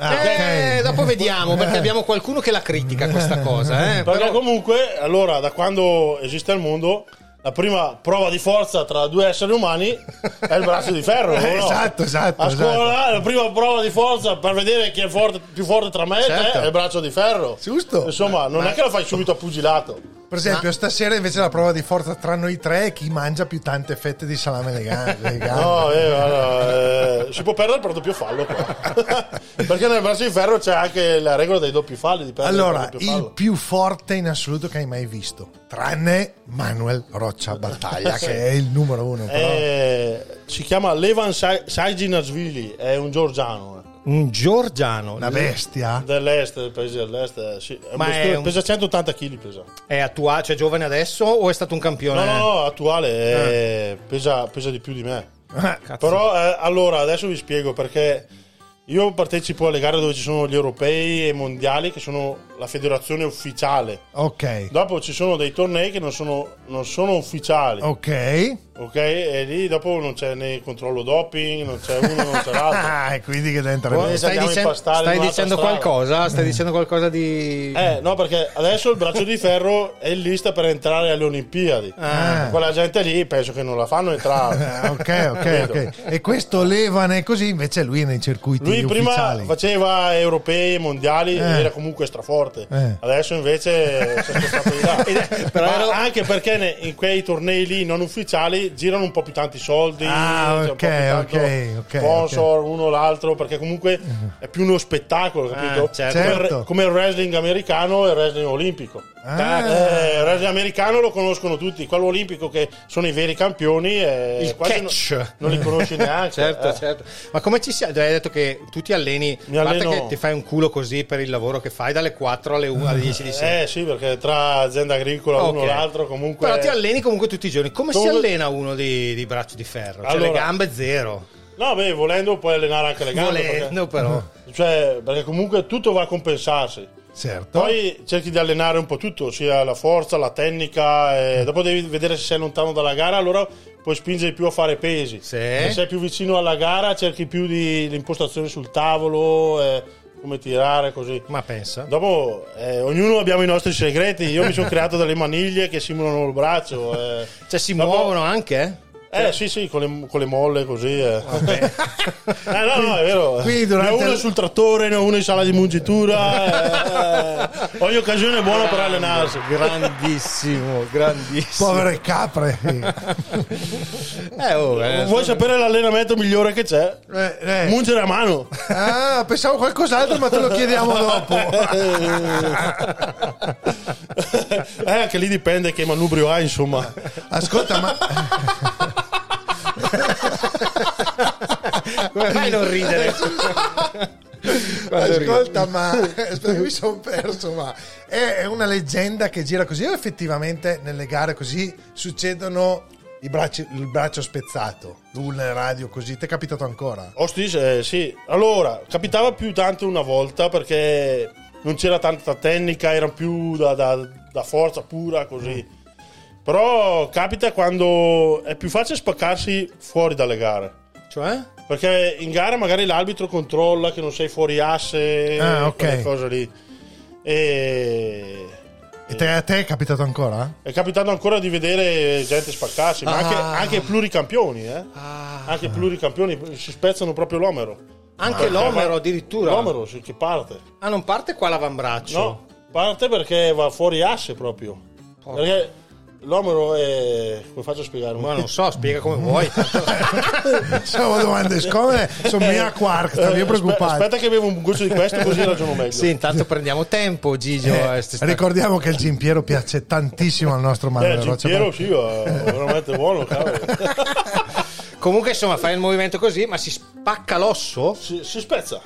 [SPEAKER 2] Ah,
[SPEAKER 1] Eh,
[SPEAKER 2] ok.
[SPEAKER 1] dopo vediamo, perché abbiamo qualcuno che la critica questa cosa. Eh.
[SPEAKER 7] Perché
[SPEAKER 1] Però-
[SPEAKER 7] comunque, allora, da quando esiste il mondo, la prima prova di forza tra due esseri umani è il braccio di ferro. no?
[SPEAKER 2] Esatto, esatto,
[SPEAKER 7] A scuola la prima prova di forza per vedere chi è forte- più forte tra me e
[SPEAKER 1] Certo.
[SPEAKER 7] te è il braccio di ferro.
[SPEAKER 2] Giusto.
[SPEAKER 7] Insomma, non è che lo fai subito a pugilato.
[SPEAKER 2] Per esempio, stasera invece la prova di forza tra noi tre è chi mangia più tante fette di salame legale. legale.
[SPEAKER 7] No, eh, guarda, eh, si può perdere per doppio fallo qua. Perché nel braccio di ferro c'è anche la regola dei doppi falli. Di perdere
[SPEAKER 2] Allora,
[SPEAKER 7] per doppio fallo.
[SPEAKER 2] il più forte in assoluto che hai mai visto, tranne Manuel Roccia Battaglia, che è il numero uno. Però.
[SPEAKER 7] Eh, si chiama Levan Sai- Sajginasvili, è un georgiano. eh.
[SPEAKER 1] un Giorgiano eh,
[SPEAKER 2] Una bestia.
[SPEAKER 7] Dell'est, del paese dell'est, eh, sì. È un
[SPEAKER 1] Ma è
[SPEAKER 7] bestione,
[SPEAKER 1] un-
[SPEAKER 7] pesa 180 kg. Pesa.
[SPEAKER 1] è attuale, cioè giovane adesso o è Ah. stato un
[SPEAKER 7] No,
[SPEAKER 1] campione?
[SPEAKER 7] no, no, attuale, eh, pesa, pesa di più di me.
[SPEAKER 1] Cazzo.
[SPEAKER 7] Però eh, allora, adesso vi spiego perché io partecipo alle gare dove ci sono gli europei e i mondiali, che sono la federazione ufficiale.
[SPEAKER 2] Ok,
[SPEAKER 1] Oh.
[SPEAKER 7] Dopo ci sono dei tornei che non sono, non sono ufficiali.
[SPEAKER 2] ok.
[SPEAKER 7] Ok, e lì dopo non c'è né controllo doping, non c'è uno, non c'è l'altro.
[SPEAKER 2] Ah, e quindi che dentro
[SPEAKER 7] Poi-
[SPEAKER 2] è
[SPEAKER 7] Stai
[SPEAKER 1] Stai,
[SPEAKER 7] andiamo a
[SPEAKER 1] dicen-
[SPEAKER 7] impastare
[SPEAKER 1] stai
[SPEAKER 7] in un'altra
[SPEAKER 1] dicendo
[SPEAKER 7] strada.
[SPEAKER 1] qualcosa? Stai dicendo qualcosa di.
[SPEAKER 7] Eh, no, perché adesso il braccio di ferro è in lista per entrare alle Olimpiadi. Quella gente lì penso che non la fanno entrare.
[SPEAKER 2] Ah, ok, ok,
[SPEAKER 7] Capito?
[SPEAKER 2] ok. E questo Levane così, invece lui è nei circuiti
[SPEAKER 7] Lui prima
[SPEAKER 2] ufficiali.
[SPEAKER 7] faceva europei, mondiali, era comunque straforte.
[SPEAKER 2] Eh.
[SPEAKER 7] Adesso invece si è spostato di là.
[SPEAKER 1] però
[SPEAKER 7] Ma
[SPEAKER 1] ero-
[SPEAKER 7] Anche perché ne- in quei tornei lì non ufficiali girano un po' più tanti soldi.
[SPEAKER 2] Ah,
[SPEAKER 7] c'è un po' più
[SPEAKER 2] ok,
[SPEAKER 7] tanto
[SPEAKER 2] ok, ok, Eh.
[SPEAKER 7] Sponsor, uno l'altro, perché comunque è più uno spettacolo, capito?
[SPEAKER 1] Ah, certo.
[SPEAKER 7] Come il re-
[SPEAKER 2] Certo.
[SPEAKER 7] Come il wrestling americano e il wrestling olimpico.
[SPEAKER 2] Ah.
[SPEAKER 7] Eh, il wrestling americano lo conoscono tutti, quello olimpico che sono i veri campioni e
[SPEAKER 1] Il
[SPEAKER 7] quasi no-
[SPEAKER 1] catch.
[SPEAKER 7] non, li conosci neanche.
[SPEAKER 1] Certo,
[SPEAKER 7] eh.
[SPEAKER 1] certo. Ma come ci siamo? Hai detto che tu ti alleni,
[SPEAKER 7] Mi
[SPEAKER 1] a parte
[SPEAKER 7] alleno-
[SPEAKER 1] che ti fai un culo così per il lavoro che fai dalle 4 alle 1 alle 10 di sera.
[SPEAKER 7] Eh sì, perché tra azienda agricola uno
[SPEAKER 1] Ok.
[SPEAKER 7] e l'altro comunque...
[SPEAKER 1] Però ti alleni comunque tutti i giorni. Come si
[SPEAKER 7] Dove-
[SPEAKER 1] allena uno di, di braccio di ferro? Cioè
[SPEAKER 7] Allora-
[SPEAKER 1] le gambe zero.
[SPEAKER 7] No, beh, volendo puoi allenare anche le gambe.
[SPEAKER 1] Volendo però.
[SPEAKER 7] perché, cioè, perché comunque tutto va a compensarsi.
[SPEAKER 2] Certo.
[SPEAKER 7] Poi cerchi di allenare un po' tutto, sia la forza, la tecnica, e dopo devi vedere se sei lontano dalla gara, allora puoi spingere più a fare pesi.
[SPEAKER 1] Sì.
[SPEAKER 7] Se sei più vicino alla gara cerchi più di l'impostazione sul tavolo, eh, come tirare, così.
[SPEAKER 1] Ma pensa.
[SPEAKER 7] Dopo, eh, ognuno abbiamo i nostri segreti. Io mi sono creato delle maniglie che simulano il braccio. eh.
[SPEAKER 1] Cioè si
[SPEAKER 7] Dopo-
[SPEAKER 1] muovono anche? eh?
[SPEAKER 7] Eh sì sì, con le, con le molle così. Eh. Eh, no, no, è vero.
[SPEAKER 2] Quindi
[SPEAKER 7] ne
[SPEAKER 2] durante
[SPEAKER 7] ho uno
[SPEAKER 2] il-
[SPEAKER 7] sul trattore, ne ho uno in sala di mungitura. eh, eh. Ogni occasione è buona per allenarsi.
[SPEAKER 1] Grandissimo, grandissimo.
[SPEAKER 2] Povere capre.
[SPEAKER 1] Eh, oh, eh,
[SPEAKER 7] Vuoi sapere l'allenamento migliore che c'è?
[SPEAKER 2] Eh, eh.
[SPEAKER 7] Mungere a mano.
[SPEAKER 2] Ah, pensavo qualcos'altro, ma te lo chiediamo dopo.
[SPEAKER 7] eh, anche lì dipende che manubrio hai, insomma.
[SPEAKER 2] Ascolta, ma
[SPEAKER 1] Come fai a non ridere? Quando ridi.
[SPEAKER 2] Ascolta, ma aspetta, mi sono perso, ma è è una leggenda che gira così o effettivamente nelle gare così succedono i bracci- il braccio spezzato, un radio così, ti è capitato ancora?
[SPEAKER 7] Ostis, eh, sì. Allora, capitava più tanto una volta perché non c'era tanta tecnica, era più da, da- da forza pura, così. Però capita quando è più facile spaccarsi fuori dalle gare.
[SPEAKER 1] Cioè?
[SPEAKER 7] Perché in gara magari l'arbitro controlla che non sei fuori asse,
[SPEAKER 2] Ah, ok.
[SPEAKER 7] quelle cose lì. E...
[SPEAKER 2] E te- a te è capitato ancora?
[SPEAKER 7] È capitato ancora di vedere gente spaccarsi, ma anche,
[SPEAKER 2] Ah.
[SPEAKER 7] anche pluricampioni, eh? Anche pluricampioni, si spezzano proprio l'omero.
[SPEAKER 1] Anche l'omero addirittura.
[SPEAKER 7] L'omero sì, che parte.
[SPEAKER 1] Ah, non parte qua l'avambraccio.
[SPEAKER 7] No, parte perché va fuori asse proprio. Perché l'omero è... come faccio a spiegare?
[SPEAKER 1] Oh. Ma non so, spiega come vuoi.
[SPEAKER 2] Sono domande scomode, sono mia quark, stavi
[SPEAKER 7] Eh, Aspe-
[SPEAKER 2] preoccupato.
[SPEAKER 7] aspetta che bevo un goccio di questo così ragiono meglio.
[SPEAKER 1] sì, intanto prendiamo tempo, Gigio. eh, sti- sta-
[SPEAKER 2] Ricordiamo che il Gimpiero piace tantissimo al nostro
[SPEAKER 7] Eh,
[SPEAKER 2] Manuel Rocha.
[SPEAKER 7] Gimpiero sì, è veramente buono, cavolo.
[SPEAKER 1] Comunque, insomma, fai il movimento così, ma si spacca l'osso?
[SPEAKER 7] Si, si spezza.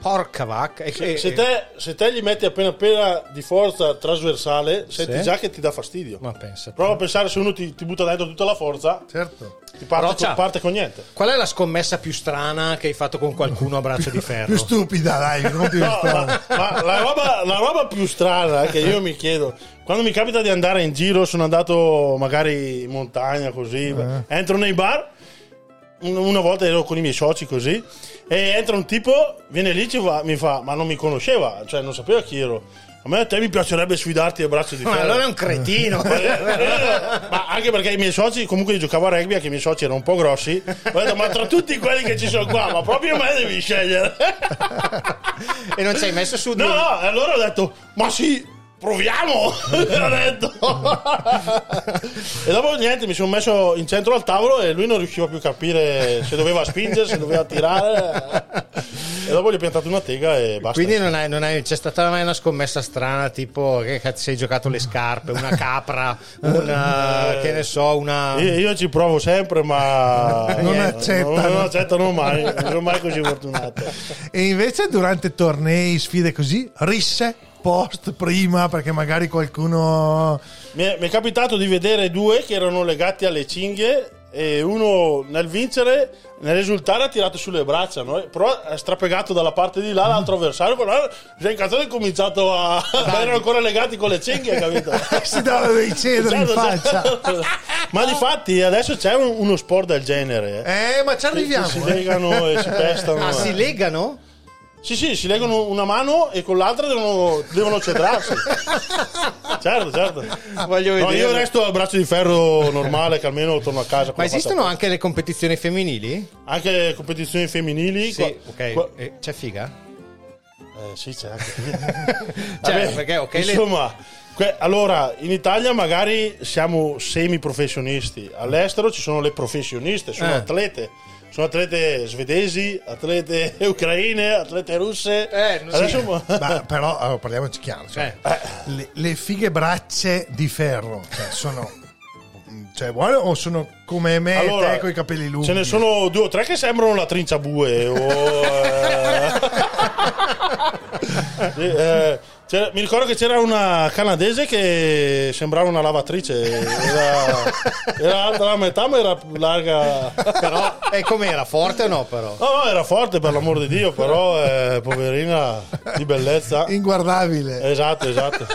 [SPEAKER 1] Porca vacca. E-
[SPEAKER 7] Se,
[SPEAKER 1] e-
[SPEAKER 7] se te, se te gli metti appena appena di forza trasversale, senti già che ti dà fastidio.
[SPEAKER 1] Ma pensa.
[SPEAKER 7] Prova a pensare se uno ti, ti butta dentro tutta la forza,
[SPEAKER 2] Certo.
[SPEAKER 7] ti parte,
[SPEAKER 1] Roccia.
[SPEAKER 7] con, parte con niente.
[SPEAKER 1] Qual è la scommessa più strana che hai fatto con qualcuno a braccio di ferro?
[SPEAKER 2] Più stupida, dai, non più
[SPEAKER 7] No,
[SPEAKER 2] strana.
[SPEAKER 7] ma, ma la, roba, la roba più strana che io mi chiedo, quando mi capita di andare in giro, sono andato magari in montagna così,
[SPEAKER 1] Eh.
[SPEAKER 7] entro nei bar, un- una volta ero con i miei soci così, e entra un tipo, viene lì e fa- mi fa, ma non mi conosceva, cioè non sapeva chi ero. A me a te mi piacerebbe sfidarti a braccio di ferro. Eh,
[SPEAKER 1] Ma allora è un cretino.
[SPEAKER 7] ma anche perché i miei soci comunque io giocavo a rugby anche i miei soci erano un po' grossi ho detto ma tra tutti quelli che ci sono qua ma proprio me devi scegliere
[SPEAKER 1] e non ci hai messo su
[SPEAKER 7] no
[SPEAKER 1] due.
[SPEAKER 7] no e allora ho detto ma sì proviamo ho detto e dopo niente mi sono messo in centro al tavolo e lui non riusciva più a capire se doveva spingere se doveva tirare e dopo gli ho piantato una tega e basta
[SPEAKER 1] Quindi non hai- non hai- c'è stata mai una scommessa strana, tipo che cazzo sei giocato le scarpe, una capra, una che ne so, una.
[SPEAKER 7] Io, io ci provo sempre, ma
[SPEAKER 2] Non
[SPEAKER 7] niente,
[SPEAKER 2] accettano.
[SPEAKER 7] non, non accettano mai. Non sono mai così fortunato.
[SPEAKER 2] E invece durante tornei, sfide così, risse post prima perché magari qualcuno
[SPEAKER 7] Mi è, mi è capitato di vedere due che erano legati alle cinghie e uno nel vincere, nel risultare ha tirato sulle braccia, no? però è strapegato dalla parte di là l'altro avversario, però si è incazzato e ha cominciato a... erano ancora legati con le cinghie, capito?
[SPEAKER 2] si dava dei cedri in
[SPEAKER 7] Certo,
[SPEAKER 2] faccia.
[SPEAKER 7] certo. Ma di fatti adesso c'è un- uno sport del genere. eh.
[SPEAKER 2] Eh, ma ci
[SPEAKER 7] Si
[SPEAKER 2] arriviamo. eh.
[SPEAKER 7] legano e si pestano.
[SPEAKER 1] Ah,
[SPEAKER 7] eh.
[SPEAKER 1] si legano?
[SPEAKER 7] Sì, sì, si legano una mano e con l'altra devono, devono cedrarsi. certo, certo.
[SPEAKER 1] Voglio
[SPEAKER 7] No, io
[SPEAKER 1] vederlo.
[SPEAKER 7] resto al braccio di ferro normale, che almeno torno a casa.
[SPEAKER 1] Ma
[SPEAKER 7] con la
[SPEAKER 1] esistono
[SPEAKER 7] faccia
[SPEAKER 1] anche le competizioni femminili?
[SPEAKER 7] aperta. Anche competizioni femminili.
[SPEAKER 1] Sì,
[SPEAKER 7] qua-
[SPEAKER 1] ok.
[SPEAKER 7] qua-
[SPEAKER 1] Eh, C'è figa?
[SPEAKER 7] eh, sì, c'è anche.
[SPEAKER 1] Cioè,
[SPEAKER 7] Vabbè,
[SPEAKER 1] perché ok, le-
[SPEAKER 7] Insomma, que- allora, in Italia magari siamo semiprofessionisti, all'estero ci sono le professioniste, sono
[SPEAKER 1] Eh.
[SPEAKER 7] atlete. Sono atlete svedesi, atlete ucraine, atlete russe.
[SPEAKER 1] Eh, non si-
[SPEAKER 7] Adesso
[SPEAKER 2] Ma però allora, parliamoci chiaro: cioè,
[SPEAKER 7] Eh.
[SPEAKER 2] le, le fighe bracce di ferro cioè, sono cioè, buone o sono come me e Eh, te con i capelli lunghi?
[SPEAKER 7] Ce ne sono due o tre che sembrano la trincia bue. o, eh, sì, eh, c'era- mi ricordo che c'era una canadese che sembrava una lavatrice. Era, era alta la metà, ma era più larga.
[SPEAKER 1] Però,
[SPEAKER 2] eh,
[SPEAKER 1] e com'era? Forte o no, però?
[SPEAKER 7] No, no, era forte per l'amor di Dio, però eh, poverina di bellezza.
[SPEAKER 2] Inguardabile.
[SPEAKER 7] Esatto, esatto.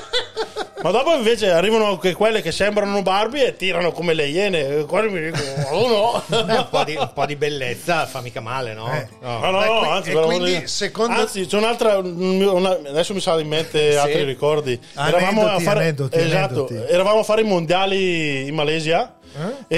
[SPEAKER 7] Ma dopo invece arrivano anche quelle che sembrano Barbie e tirano come le iene. E Quello mi dico, oh no.
[SPEAKER 1] Eh, un, po di, un po' di bellezza fa mica male, no?
[SPEAKER 2] Eh.
[SPEAKER 1] No.
[SPEAKER 7] No, no,
[SPEAKER 2] E
[SPEAKER 7] no,
[SPEAKER 2] qui-
[SPEAKER 7] anzi,
[SPEAKER 2] e
[SPEAKER 7] per l'amor
[SPEAKER 2] quindi,
[SPEAKER 7] di Dio.
[SPEAKER 2] secondo-
[SPEAKER 7] anzi, c'è un'altra. un- una- adesso mi sale in mente altri ricordi.
[SPEAKER 2] Aneddoti, aneddoti,
[SPEAKER 7] esatto,
[SPEAKER 2] aneddoti.
[SPEAKER 7] eravamo a fare i mondiali in Malesia
[SPEAKER 2] Eh?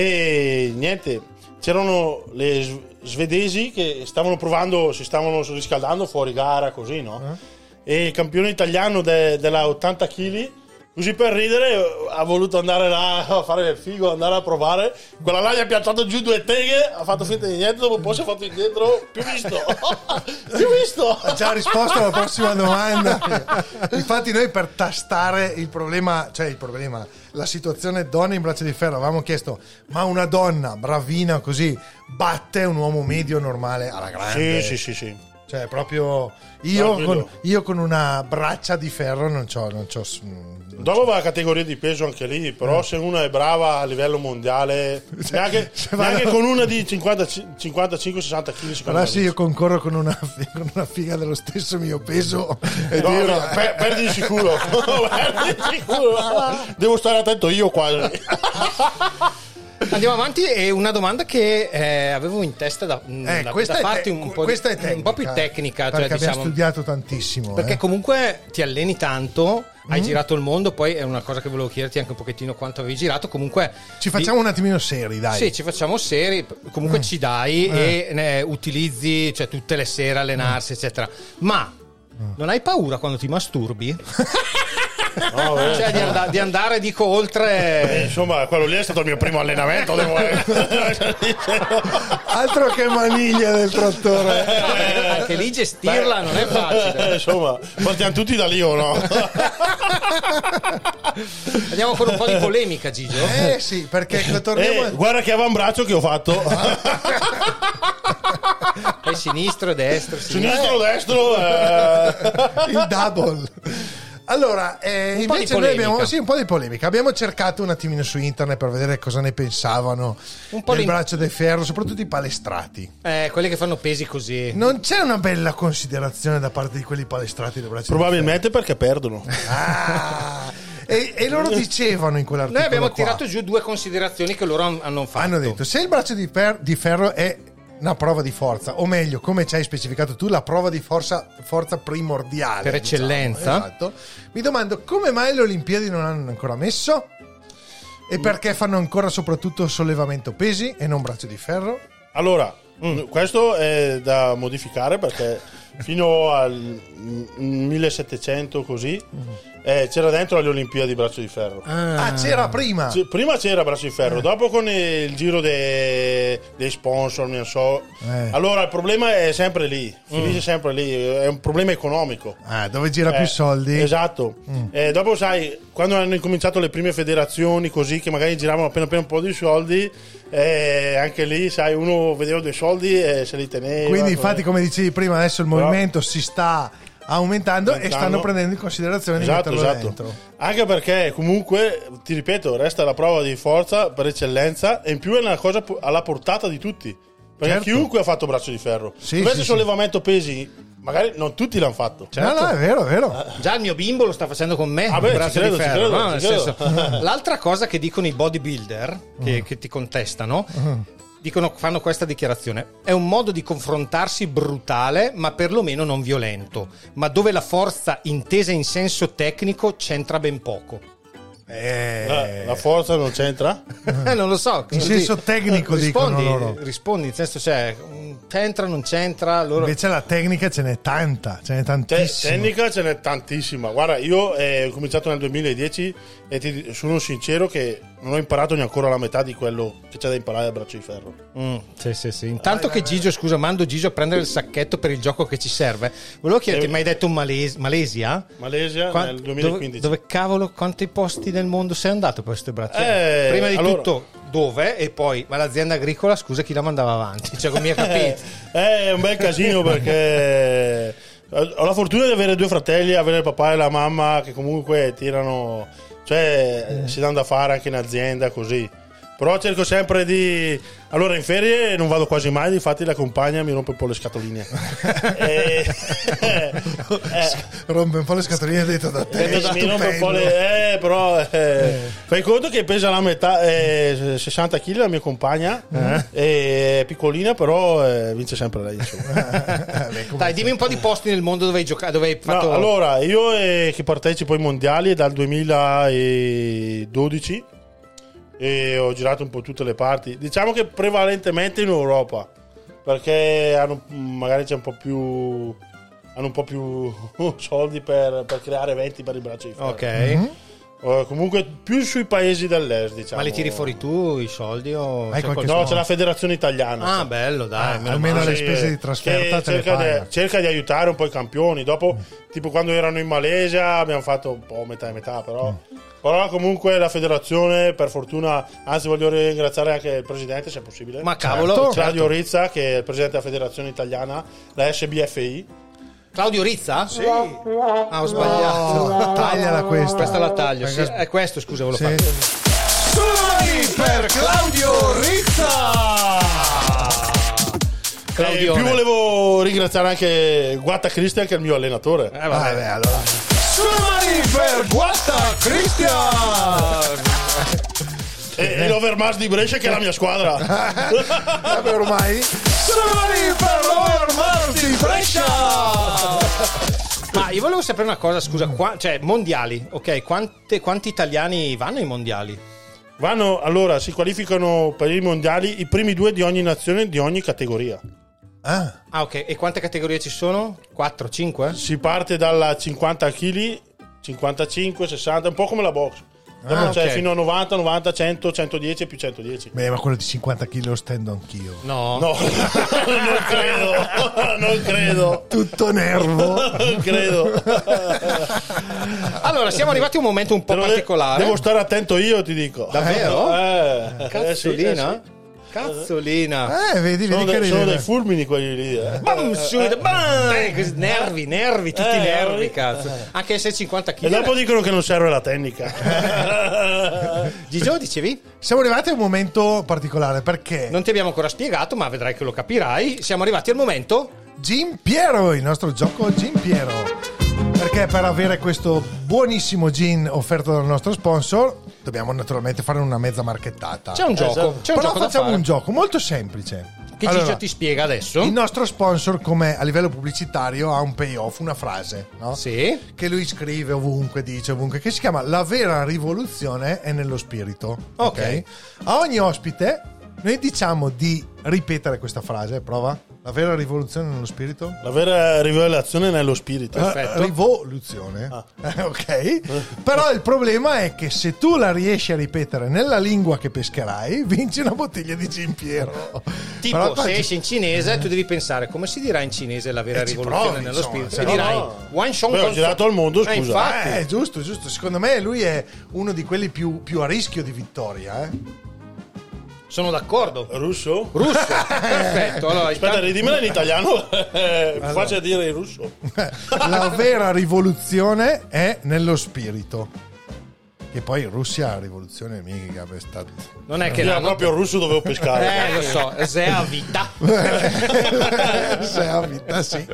[SPEAKER 7] e niente, c'erano le s- svedesi che stavano provando, si stavano riscaldando fuori gara, così, no?
[SPEAKER 2] Eh?
[SPEAKER 7] E il campione italiano de- della 80 kg. Così per ridere ha voluto andare là a fare il figo, andare a provare. Quella là gli ha piazzato giù due teghe, ha fatto finta di niente, dopo un po' si è fatto indietro. Più visto! più visto!
[SPEAKER 2] Ha già risposto alla prossima domanda. Infatti, noi per tastare il problema, cioè il problema, la situazione donne in braccio di ferro, avevamo chiesto: ma una donna bravina così batte un uomo medio normale alla grande?
[SPEAKER 7] Sì, sì, sì, sì.
[SPEAKER 2] Cioè, proprio io,
[SPEAKER 7] Tranquillo.
[SPEAKER 2] con, io con una braccia di ferro non c'ho. Non c'ho s- mm,
[SPEAKER 7] Dopo va la categoria di peso anche lì,
[SPEAKER 2] Eh.
[SPEAKER 7] però se una è brava a livello mondiale, neanche,
[SPEAKER 2] se vado-
[SPEAKER 7] neanche con una di 50 55-60 kg secondo
[SPEAKER 2] allora
[SPEAKER 7] me.
[SPEAKER 2] se io concorro con una, fi- con una figa dello stesso mio peso e
[SPEAKER 7] No,
[SPEAKER 2] dirlo-
[SPEAKER 7] no, per- perdi di sicuro. Perdi di sicuro. Devo stare attento io
[SPEAKER 2] Eh.
[SPEAKER 7] quasi.
[SPEAKER 1] Andiamo avanti e una domanda che eh, avevo in testa da,
[SPEAKER 2] Eh,
[SPEAKER 1] da-
[SPEAKER 2] questa,
[SPEAKER 1] da
[SPEAKER 2] è
[SPEAKER 1] farti
[SPEAKER 2] te-
[SPEAKER 1] un po', di-
[SPEAKER 2] questa è tecnica,
[SPEAKER 1] un po' più tecnica,
[SPEAKER 2] perché
[SPEAKER 1] cioè,
[SPEAKER 2] abbiamo
[SPEAKER 1] diciamo,
[SPEAKER 2] studiato tantissimo
[SPEAKER 1] perché
[SPEAKER 2] eh. Mm?
[SPEAKER 1] comunque ti alleni tanto, hai girato il mondo, poi è una cosa che volevo chiederti anche un pochettino quanto avevi girato, comunque
[SPEAKER 2] Ci facciamo un attimino seri, dai. Eh.
[SPEAKER 1] Sì, ci facciamo seri, comunque ci dai e ne utilizzi cioè, tutte le sere
[SPEAKER 2] Eh.
[SPEAKER 1] allenarsi, eccetera. Ma non hai paura quando ti masturbi? cioè di, and- di andare, dico,
[SPEAKER 7] Eh,
[SPEAKER 1] oltre...
[SPEAKER 7] Insomma, quello lì è stato il mio primo allenamento. Devo
[SPEAKER 2] Altro che maniglia del trattore.
[SPEAKER 1] Eh, anche lì gestirla non è
[SPEAKER 7] Eh,
[SPEAKER 1] facile.
[SPEAKER 7] Insomma, partiamo tutti da lì o no?
[SPEAKER 1] Andiamo con un po' di polemica, Gigio.
[SPEAKER 2] Eh sì, perché torniamo Ah,
[SPEAKER 7] Eh, guarda che avambraccio che ho fatto.
[SPEAKER 1] È sinistro, destro, sinistro.
[SPEAKER 7] Sinistro, destro. eh.
[SPEAKER 2] il double. Allora, eh,
[SPEAKER 1] po' di
[SPEAKER 2] invece noi abbiamo
[SPEAKER 1] polemica.
[SPEAKER 2] sì, un po' di polemica. Abbiamo cercato un attimino su internet per vedere cosa ne pensavano
[SPEAKER 1] Un po'
[SPEAKER 2] del
[SPEAKER 1] di-
[SPEAKER 2] braccio del ferro, soprattutto i palestrati.
[SPEAKER 1] Eh, quelli che fanno pesi così.
[SPEAKER 2] Non c'è una bella considerazione da parte di quelli palestrati del braccio del
[SPEAKER 7] Probabilmente perché perdono.
[SPEAKER 2] ferro. Ah, e, e loro dicevano in
[SPEAKER 1] Noi
[SPEAKER 2] quell'articolo
[SPEAKER 1] abbiamo
[SPEAKER 2] qua,
[SPEAKER 1] tirato giù due considerazioni che loro han- hanno fatto.
[SPEAKER 2] hanno detto se il braccio di, per- di ferro è una prova di forza, o meglio, come ci hai specificato tu, la prova di forza, forza primordiale.
[SPEAKER 1] Per eccellenza.
[SPEAKER 2] Esatto. Mi domando come mai le Olimpiadi non hanno ancora messo
[SPEAKER 1] Mm.
[SPEAKER 2] e perché fanno ancora soprattutto sollevamento pesi e non braccio di ferro.
[SPEAKER 7] Allora, mm, questo è da modificare perché fino al mm, 1700 così eh, c'era dentro alle Olimpiadi braccio di ferro.
[SPEAKER 2] Mm-hmm. Ah, Eh. c'era prima.
[SPEAKER 7] C'è- prima c'era braccio di ferro, dopo con il giro de- dei sponsor, non so.
[SPEAKER 2] Eh. Mm.
[SPEAKER 7] Allora il problema è sempre lì, finisce sempre lì, è un problema economico.
[SPEAKER 2] Ah, dove gira più
[SPEAKER 7] Eh,
[SPEAKER 2] soldi. Mm.
[SPEAKER 7] Esatto. Eh, dopo, sai, quando hanno incominciato le prime federazioni, così che magari giravano appena appena un po' di soldi, eh, anche lì, sai, uno vedeva due soldi e se li teneva.
[SPEAKER 2] Quindi infatti, come dicevi prima, adesso il
[SPEAKER 7] Eh, Però-
[SPEAKER 2] movimento si sta aumentando, e
[SPEAKER 7] Aumentando.
[SPEAKER 2] stanno prendendo in considerazione
[SPEAKER 7] Esatto,
[SPEAKER 2] di metterlo
[SPEAKER 7] esatto.
[SPEAKER 2] dentro.
[SPEAKER 7] Anche perché comunque, ti ripeto, resta la prova di forza per eccellenza e in più è una cosa po- alla portata di tutti. Perché
[SPEAKER 2] Certo.
[SPEAKER 7] chiunque ha fatto braccio di ferro.
[SPEAKER 2] Sì,
[SPEAKER 7] Invece
[SPEAKER 2] sì, Cioè,
[SPEAKER 7] sollevamento pesi, magari non tutti l'hanno fatto.
[SPEAKER 2] No, no, è vero, è vero.
[SPEAKER 1] Già il mio bimbo lo sta facendo con me.
[SPEAKER 7] Ah, beh,
[SPEAKER 1] il braccio
[SPEAKER 7] ci credo,
[SPEAKER 1] di
[SPEAKER 7] ci
[SPEAKER 1] ferro,
[SPEAKER 7] credo,
[SPEAKER 1] no? Nel
[SPEAKER 7] ci credo.
[SPEAKER 1] senso, l'altra cosa che dicono i bodybuilder
[SPEAKER 2] Mm.
[SPEAKER 1] che, che ti contestano.
[SPEAKER 2] Mm-hmm.
[SPEAKER 1] Dicono, fanno questa dichiarazione. È un modo di confrontarsi brutale, ma perlomeno non violento. Ma dove la forza intesa in senso tecnico c'entra ben poco.
[SPEAKER 7] Eh, La forza non c'entra?
[SPEAKER 1] Eh, non lo so.
[SPEAKER 2] Mm. In senso tecnico
[SPEAKER 1] rispondi,
[SPEAKER 2] dicono loro.
[SPEAKER 1] Rispondi, nel senso, cioè, c'entra, non c'entra. Loro...
[SPEAKER 2] Invece la tecnica ce n'è tanta, ce n'è
[SPEAKER 7] Te-
[SPEAKER 2] tantissima.
[SPEAKER 7] tecnica ce n'è tantissima. Guarda, io eh, ho cominciato nel 2010 e ti sono sincero che non ho imparato neanche ancora la metà di quello che c'è da imparare a braccio di ferro.
[SPEAKER 1] Mm, sì, sì, sì. Intanto che Gigio, scusa, mando Gigio a prendere il sacchetto per il gioco che ci serve. Volevo chiederti,
[SPEAKER 7] Eh,
[SPEAKER 1] mi hai detto Males- Malesia?
[SPEAKER 7] Malesia
[SPEAKER 1] Qua-
[SPEAKER 7] nel 2015.
[SPEAKER 1] Dove, dove cavolo, quanti posti nel mondo sei andato per queste braccia?
[SPEAKER 7] Eh,
[SPEAKER 1] Prima di
[SPEAKER 7] allora-
[SPEAKER 1] tutto, dove? E poi, ma l'azienda agricola, scusa, chi la mandava avanti? Cioè, come mi hai capito?
[SPEAKER 7] Eh, è un bel casino perché ho la fortuna di avere due fratelli, avere il papà e la mamma che comunque tirano, cioè si danno da fare anche in azienda così. Però cerco sempre di... Allora in ferie non vado quasi mai, infatti la compagna mi rompe un po' le scatoline. e... eh,
[SPEAKER 2] Rompe un po' le scatoline dentro da te.
[SPEAKER 7] eh, mi rompe un po'
[SPEAKER 2] stupendo.
[SPEAKER 7] le... Eh, però... eh, Fai conto che pesa la metà, eh, 60 kg la mia compagna, eh, è piccolina però eh, vince sempre lei. Insomma.
[SPEAKER 1] Dai, dimmi un po' di posti nel mondo dove hai giocato, dove hai
[SPEAKER 7] No,
[SPEAKER 1] fatto...
[SPEAKER 7] allora, io eh, che partecipo ai mondiali dal 2012 e ho girato un po' tutte le parti. Diciamo che prevalentemente in Europa, perché hanno- mm, magari c'è un po' più hanno un po' più soldi per, per creare eventi per i bracci di ferro.
[SPEAKER 1] Ok.
[SPEAKER 2] Mhm.
[SPEAKER 7] Eh, comunque più sui paesi dell'est, diciamo.
[SPEAKER 1] Ma li tiri fuori tu i soldi o...
[SPEAKER 2] Hai
[SPEAKER 1] c'è
[SPEAKER 2] qualche-
[SPEAKER 7] No,
[SPEAKER 2] No.
[SPEAKER 7] c'è la federazione italiana.
[SPEAKER 1] Ah, bello, dai.
[SPEAKER 2] Ah,
[SPEAKER 1] meno
[SPEAKER 2] almeno
[SPEAKER 1] male.
[SPEAKER 2] le
[SPEAKER 7] Sì,
[SPEAKER 2] spese di
[SPEAKER 7] che
[SPEAKER 2] trasferta te le
[SPEAKER 7] cerca,
[SPEAKER 2] paga. Mm.
[SPEAKER 7] di, cerca di aiutare un po' i campioni. Dopo, tipo quando erano in Malesia, abbiamo fatto un po' metà e metà, però.
[SPEAKER 2] Mm.
[SPEAKER 7] Però comunque la federazione, per fortuna, anzi voglio ringraziare anche il presidente, se è possibile.
[SPEAKER 1] Ma cavolo, Certo. certo.
[SPEAKER 7] Claudio Rizza, che è il presidente della federazione italiana, la SBFI.
[SPEAKER 1] Claudio Rizza? Sì. Ah, ho sbagliato.
[SPEAKER 2] No, oh, tagliala questa.
[SPEAKER 1] Questa la taglio. Sì,
[SPEAKER 2] Perché-
[SPEAKER 1] è questo, scusa, volevo
[SPEAKER 2] Sì.
[SPEAKER 1] fare.
[SPEAKER 7] per Claudio Rizza! E in
[SPEAKER 1] Claudione.
[SPEAKER 7] più volevo ringraziare anche Guatta Cristian, che è il mio allenatore.
[SPEAKER 1] Eh, vabbè.
[SPEAKER 2] Vabbè, allora.
[SPEAKER 7] Suoni per Guatta Cristian! E, e l'Overmars di Brescia che è la mia squadra.
[SPEAKER 2] Vabbè, ormai.
[SPEAKER 7] Suoni per l'Overmars di Brescia!
[SPEAKER 1] Ma io volevo sapere una cosa, scusa, qua- cioè, mondiali, ok? quante- quanti italiani vanno ai mondiali?
[SPEAKER 7] Vanno, allora, si qualificano per i mondiali i primi due di ogni nazione, di ogni categoria.
[SPEAKER 2] Ah,
[SPEAKER 1] Ah, ok, e quante categorie ci sono? 4, 5?
[SPEAKER 7] Si parte dalla 50 kg, 55, 60, un po' come la box. Dopo
[SPEAKER 1] Ah,
[SPEAKER 7] c'è
[SPEAKER 1] ok.
[SPEAKER 7] fino a 90, 90, 100, 110 più 110.
[SPEAKER 2] beh, ma quello di 50 kg lo stendo anch'io.
[SPEAKER 1] No.
[SPEAKER 7] No, non credo, non credo.
[SPEAKER 2] Tutto nervo.
[SPEAKER 7] Non credo.
[SPEAKER 1] Allora, siamo arrivati a un momento un po'
[SPEAKER 7] Devo-
[SPEAKER 1] particolare.
[SPEAKER 7] Devo stare attento io, ti dico.
[SPEAKER 1] Davvero?
[SPEAKER 7] Eh, eh, sì, eh,
[SPEAKER 1] Cazzolina?
[SPEAKER 7] sì.
[SPEAKER 1] Cazzolina.
[SPEAKER 2] Eh, vedi,
[SPEAKER 7] Sono,
[SPEAKER 2] vedi che
[SPEAKER 7] dei, sono
[SPEAKER 2] ridere.
[SPEAKER 7] dei fulmini quelli lì. eh.
[SPEAKER 1] Bam, su, bam! Nervi, nervi, tutti
[SPEAKER 7] Eh,
[SPEAKER 1] nervi,
[SPEAKER 7] eh.
[SPEAKER 1] cazzo. Anche se 50 kg.
[SPEAKER 7] E dopo dicono che non serve la tecnica.
[SPEAKER 1] Gigio, dicevi?
[SPEAKER 2] Siamo arrivati a un momento particolare perché
[SPEAKER 1] Non ti abbiamo ancora spiegato, ma vedrai che lo capirai. Siamo arrivati al momento.
[SPEAKER 2] Gin Piero, il nostro gioco Gin Piero. Perché per avere questo buonissimo gin offerto dal nostro sponsor dobbiamo naturalmente fare una mezza marchettata.
[SPEAKER 1] C'è un gioco.
[SPEAKER 7] esatto.
[SPEAKER 1] C'è un
[SPEAKER 2] Però
[SPEAKER 1] gioco da
[SPEAKER 2] facciamo
[SPEAKER 1] fare.
[SPEAKER 2] un gioco molto semplice.
[SPEAKER 1] Che
[SPEAKER 2] Allora,
[SPEAKER 1] Gigio ti spiega adesso.
[SPEAKER 2] il nostro sponsor, come a livello pubblicitario, ha un payoff, una frase, no?
[SPEAKER 1] Sì.
[SPEAKER 2] Che lui scrive ovunque, dice ovunque, che si chiama La vera rivoluzione è nello spirito.
[SPEAKER 1] Ok.
[SPEAKER 2] A ogni ospite noi diciamo di ripetere questa frase, prova. La vera rivoluzione è nello spirito? Eh,
[SPEAKER 7] la vera rivelazione è nello spirito.
[SPEAKER 1] Perfetto. Ah.
[SPEAKER 2] Rivoluzione. Eh, ok. Però il problema è che se tu la riesci a ripetere nella lingua che pescherai, vinci una bottiglia di Gin Piero. Però
[SPEAKER 1] Tipo,
[SPEAKER 2] qua
[SPEAKER 1] se
[SPEAKER 2] ci-
[SPEAKER 1] esce in cinese, tu devi pensare come si dirà in cinese la vera
[SPEAKER 2] Eh, ci
[SPEAKER 1] rivoluzione
[SPEAKER 2] provi,
[SPEAKER 1] nello
[SPEAKER 2] insomma,
[SPEAKER 1] spirito.
[SPEAKER 2] cioè,
[SPEAKER 1] e dirai
[SPEAKER 7] no.
[SPEAKER 1] One Shot
[SPEAKER 7] Beh, ho
[SPEAKER 1] Consol-
[SPEAKER 7] girato al mondo, scusa.
[SPEAKER 1] Eh, infatti.
[SPEAKER 2] Eh, giusto, giusto. Secondo me lui è uno di quelli più, più a rischio di vittoria. eh.
[SPEAKER 1] Sono d'accordo.
[SPEAKER 7] Russo?
[SPEAKER 1] Russo. Perfetto. Allora,
[SPEAKER 7] Aspetta,
[SPEAKER 1] intanto-
[SPEAKER 7] ridimela in italiano. È più facile dire in russo.
[SPEAKER 2] La vera rivoluzione è nello spirito. Che poi in Russia la rivoluzione mica è stata.
[SPEAKER 1] non è che
[SPEAKER 7] Io
[SPEAKER 1] la
[SPEAKER 7] proprio il russo dovevo pescare.
[SPEAKER 1] Eh, lo so, se è a vita.
[SPEAKER 2] se ha vita, sì.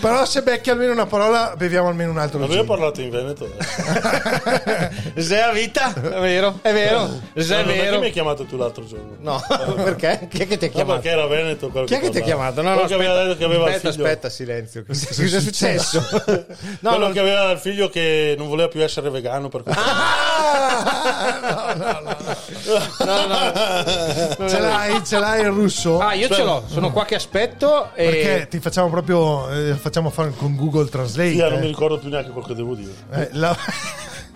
[SPEAKER 2] Però se becchi almeno una parola, beviamo almeno un altro
[SPEAKER 7] Avevo
[SPEAKER 2] gin.
[SPEAKER 7] parlato in Veneto. eh.
[SPEAKER 1] Se è a vita, è vero, è vero. Se è
[SPEAKER 7] Ma non che
[SPEAKER 1] vero.
[SPEAKER 7] mi hai chiamato tu l'altro giorno? Eh.
[SPEAKER 1] No, perché? Chi è che ti ha
[SPEAKER 7] No,
[SPEAKER 1] chiamato?
[SPEAKER 7] perché era Veneto quello
[SPEAKER 1] Chi è che ti ha
[SPEAKER 7] parlava.
[SPEAKER 1] chiamato? No, no,
[SPEAKER 7] Quello che aveva detto che aveva il
[SPEAKER 1] aspetta,
[SPEAKER 7] figlio.
[SPEAKER 1] aspetta, silenzio. Cosa cosa è successo?
[SPEAKER 7] No,
[SPEAKER 1] no,
[SPEAKER 7] quello
[SPEAKER 1] non-
[SPEAKER 7] che aveva il figlio che non voleva più essere vegano per questo.
[SPEAKER 2] Ah! No, no, no,
[SPEAKER 1] No, no, no.
[SPEAKER 2] no. Ce l'hai, ce l'hai il russo?
[SPEAKER 1] Ah, io
[SPEAKER 7] Cioè-
[SPEAKER 1] ce l'ho, Eh. sono qua che aspetto. E...
[SPEAKER 2] Perché ti facciamo proprio. eh, facciamo fare con Google Translate.
[SPEAKER 7] Io non
[SPEAKER 2] eh.
[SPEAKER 7] mi ricordo più neanche quello che devo dire.
[SPEAKER 2] Eh, la...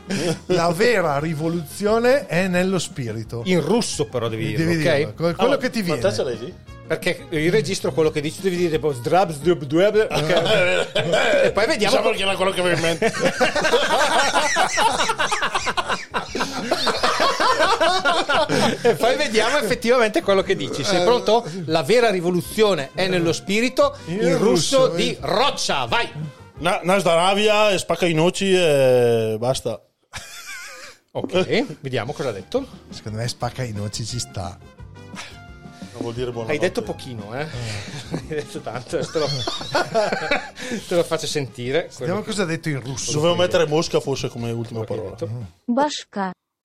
[SPEAKER 2] la vera rivoluzione è nello spirito.
[SPEAKER 1] In russo, però, devi dirlo,
[SPEAKER 2] Devi
[SPEAKER 1] ok?
[SPEAKER 2] dirlo, que- quello
[SPEAKER 7] Ah,
[SPEAKER 2] che ti
[SPEAKER 7] ma-
[SPEAKER 2] viene.
[SPEAKER 7] Ma te ce l'hai lì?
[SPEAKER 1] Perché il registro quello che dici, devi dire tipo sdrab, sdub, dueb. ok. e poi vediamo.
[SPEAKER 7] Diciamo che era quello che avevo in mente.
[SPEAKER 1] E poi vediamo effettivamente quello che dici. Sei pronto? La vera rivoluzione è nello spirito in russo
[SPEAKER 2] russo,
[SPEAKER 1] di
[SPEAKER 2] eh.
[SPEAKER 1] Roccia. Vai!
[SPEAKER 7] Na- Nas da rabbia e spacca i noci e basta.
[SPEAKER 1] Ok, vediamo cosa ha detto.
[SPEAKER 2] Secondo me spacca i noci ci sta.
[SPEAKER 7] Non vuol dire buona
[SPEAKER 1] Hai detto pochino, eh? Hai detto tanto, adesso te lo, te lo faccio sentire. quello
[SPEAKER 2] Vediamo
[SPEAKER 1] che
[SPEAKER 2] cosa ha detto in russo.
[SPEAKER 7] Dovevo mettere Mosca forse come ultima parola.
[SPEAKER 1] hai detto.
[SPEAKER 6] Башка.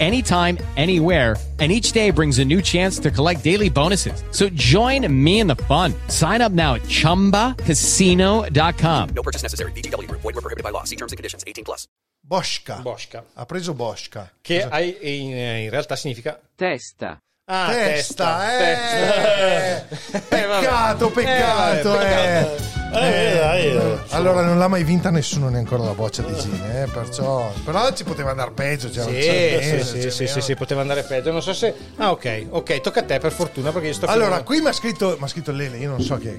[SPEAKER 8] anytime, anywhere. And each day brings a new chance to collect daily bonuses. So join me in the fun. Sign up now at chumbacasino.com.
[SPEAKER 9] No purchase necessary. VGW Group. Void were prohibited by law. See terms and conditions. 18 plus.
[SPEAKER 2] Bosca.
[SPEAKER 1] Bosca.
[SPEAKER 2] Ha preso Bosca.
[SPEAKER 1] Che hai- in, in realtà significa...
[SPEAKER 10] testa,
[SPEAKER 1] Ah,
[SPEAKER 2] testa, eh.
[SPEAKER 1] Eh, vabbè.
[SPEAKER 2] Peccato, peccato,
[SPEAKER 1] Eh, vabbè,
[SPEAKER 2] eh.
[SPEAKER 7] Eh, dai, eh.
[SPEAKER 2] Allora non l'ha mai vinta nessuno neanche ancora la boccia di Gin, eh, perciò... Però ci poteva andare peggio, c'era il
[SPEAKER 1] Sì, sì,
[SPEAKER 2] Cervese,
[SPEAKER 1] sì, sì,
[SPEAKER 2] c'era-
[SPEAKER 1] sì, sì, sì, poteva andare peggio. Non so se. Ah, ok, ok, tocca a te, per fortuna, perché io sto
[SPEAKER 2] Allora,
[SPEAKER 1] finendo-
[SPEAKER 2] qui mi ha scritto, mi ha scritto Lele, io non so chi è.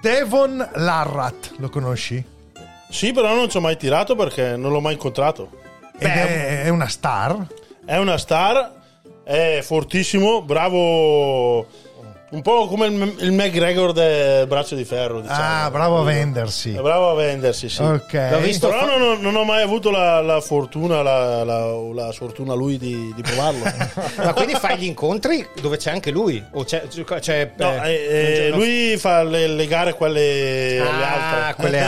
[SPEAKER 2] Devon Larrat, lo conosci?
[SPEAKER 7] Sì, però non ci ho mai tirato perché non l'ho mai incontrato.
[SPEAKER 2] Ed è, è una star.
[SPEAKER 7] È una star, è fortissimo, bravo. Un po' come il, il McGregor del braccio di ferro,
[SPEAKER 1] Cioè,
[SPEAKER 7] diciamo.
[SPEAKER 2] Ah, bravo a vendersi.
[SPEAKER 7] È bravo a vendersi, sì.
[SPEAKER 2] Ok.
[SPEAKER 1] eh, L'ho visto
[SPEAKER 7] Però
[SPEAKER 1] Oh, fa-
[SPEAKER 7] non ho, non ho mai avuto la, la fortuna, la, la, o la sfortuna lui di, di provarlo.
[SPEAKER 1] Ma quindi fai gli incontri dove c'è anche lui? O c'è. c'è
[SPEAKER 7] No,
[SPEAKER 1] eh,
[SPEAKER 7] eh, eh,
[SPEAKER 1] non c'è-
[SPEAKER 7] lui fa le, le gare quelle
[SPEAKER 1] Ah,
[SPEAKER 7] le altre. Eh.
[SPEAKER 1] quelle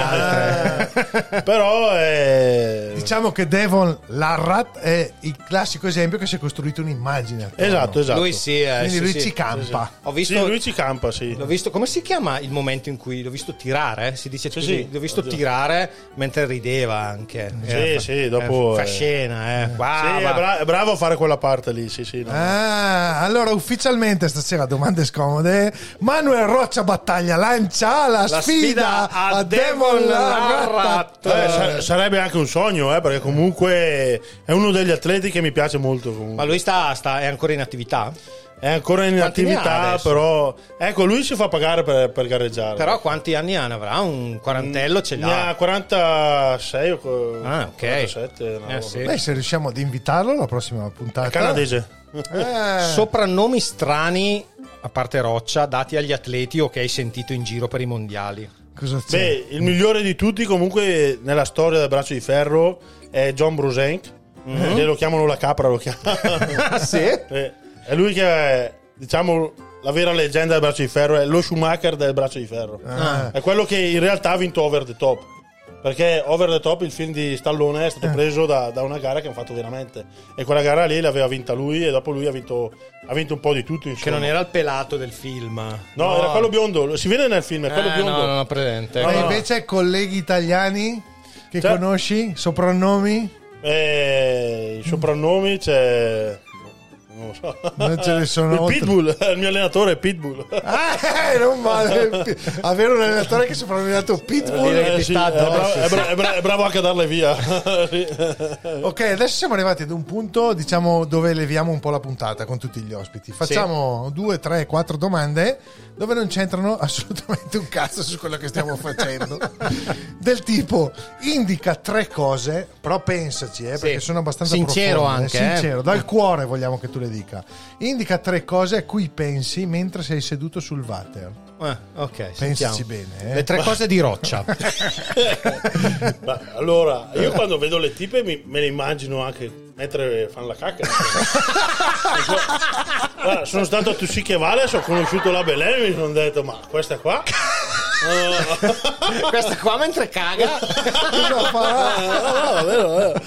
[SPEAKER 1] altre.
[SPEAKER 7] Però eh, è...
[SPEAKER 2] Diciamo che Devon Larrat è il classico esempio che si è costruito un'immagine. attorno.
[SPEAKER 7] Esatto, esatto.
[SPEAKER 1] Lui sì, eh,
[SPEAKER 2] Quindi
[SPEAKER 1] sì,
[SPEAKER 2] lui
[SPEAKER 1] sì.
[SPEAKER 2] ci campa.
[SPEAKER 1] Ho
[SPEAKER 7] Sì,
[SPEAKER 1] visto.
[SPEAKER 7] lui ci campa, sì.
[SPEAKER 1] L'ho visto, come si chiama il momento in cui l'ho visto tirare? Si dice così,
[SPEAKER 7] sì.
[SPEAKER 1] l'ho visto tirare mentre rideva anche.
[SPEAKER 7] Sì,
[SPEAKER 1] Era
[SPEAKER 7] sì, dopo,
[SPEAKER 1] Fa
[SPEAKER 7] eh.
[SPEAKER 1] scena, eh.
[SPEAKER 7] Sì,
[SPEAKER 1] Brava.
[SPEAKER 7] è, bra- è bravo a fare quella parte lì, sì, sì. no.
[SPEAKER 2] Ah, allora ufficialmente stasera domande scomode. Manuel Roccia Battaglia lancia la,
[SPEAKER 1] La
[SPEAKER 2] sfida, a Devon Larrat.
[SPEAKER 7] Eh, sa- sarebbe anche un sogno, eh, perché comunque è uno degli atleti che mi piace molto.
[SPEAKER 1] Ma
[SPEAKER 7] comunque.
[SPEAKER 1] lui sta, sta- è ancora in attività?
[SPEAKER 7] È ancora in
[SPEAKER 1] Quanti ne ha
[SPEAKER 7] attività,
[SPEAKER 1] adesso?
[SPEAKER 7] però... Ecco, lui si fa pagare per, per gareggiare.
[SPEAKER 1] Però quanti anni ha? Ne avrà? Un quarantello ce
[SPEAKER 7] Ne
[SPEAKER 1] l'ha.
[SPEAKER 7] ha 46 o
[SPEAKER 1] Ah, ok.
[SPEAKER 7] 47. no.
[SPEAKER 1] Eh, sì.
[SPEAKER 2] Beh, se riusciamo ad invitarlo alla prossima puntata.
[SPEAKER 7] Canadese.
[SPEAKER 2] Eh,
[SPEAKER 1] Soprannomi strani, a parte roccia, dati agli atleti o che hai sentito in giro per i mondiali.
[SPEAKER 2] cosa c'è?
[SPEAKER 7] Beh, il migliore di tutti comunque nella storia del braccio di ferro è John Brusenk. Eh, Lo chiamano la capra, lo chiamano.
[SPEAKER 1] Ah sì?
[SPEAKER 7] Eh, è lui che è, diciamo, la vera leggenda del braccio di ferro, è lo Schumacher del braccio di ferro. È quello che in realtà ha vinto over the top. Perché Over the Top, il film di Stallone, è stato preso da, da una gara che hanno fatto veramente. E quella gara lì l'aveva vinta lui e dopo lui ha vinto, ha vinto un po' di tutto.
[SPEAKER 1] Che
[SPEAKER 7] Insomma.
[SPEAKER 1] non era il pelato del film.
[SPEAKER 7] No, era quello biondo. lo- Si vede nel film, è quello
[SPEAKER 1] Eh,
[SPEAKER 7] biondo.
[SPEAKER 1] No, non ho presente.
[SPEAKER 7] No,
[SPEAKER 2] E
[SPEAKER 7] no.
[SPEAKER 2] invece colleghi italiani che
[SPEAKER 7] Cioè-
[SPEAKER 2] conosci, soprannomi,
[SPEAKER 7] Eh, I soprannomi c'è... Non lo so.
[SPEAKER 2] Non ce ne sono
[SPEAKER 7] il
[SPEAKER 2] oltre.
[SPEAKER 7] Pitbull, eh, il mio allenatore è Pitbull.
[SPEAKER 2] Ah, eh, non male. Avere un allenatore che si è soprannominato Pitbull.
[SPEAKER 7] Eh, sì, è, bravo, è bra- è bra- è bravo anche a darle via.
[SPEAKER 2] Ok, adesso siamo arrivati ad un punto, diciamo, dove leviamo un po' la puntata con tutti gli ospiti. Facciamo due, tre, quattro domande dove non c'entrano assolutamente un cazzo su quello che stiamo facendo. Del tipo, indica tre cose, però pensaci, eh, perché sono abbastanza
[SPEAKER 1] Sincero
[SPEAKER 2] profonde,
[SPEAKER 1] anche, eh.
[SPEAKER 2] Sincero, dal cuore vogliamo che tu le dica. Indica tre cose a cui pensi mentre sei seduto sul water.
[SPEAKER 1] Eh, ok,
[SPEAKER 2] Pensaci
[SPEAKER 1] sentiamo.
[SPEAKER 2] bene, eh.
[SPEAKER 1] Le tre cose di roccia.
[SPEAKER 7] Ma allora, io quando vedo le tipe mi- me le immagino anche mentre fanno la cacca. Guarda, sono stato a Tussiche Valles, ho conosciuto la Belen e mi sono detto, ma questa qua... Eh.
[SPEAKER 1] Questa qua mentre caga.
[SPEAKER 2] Cosa farà?
[SPEAKER 7] Ah, vero, vero.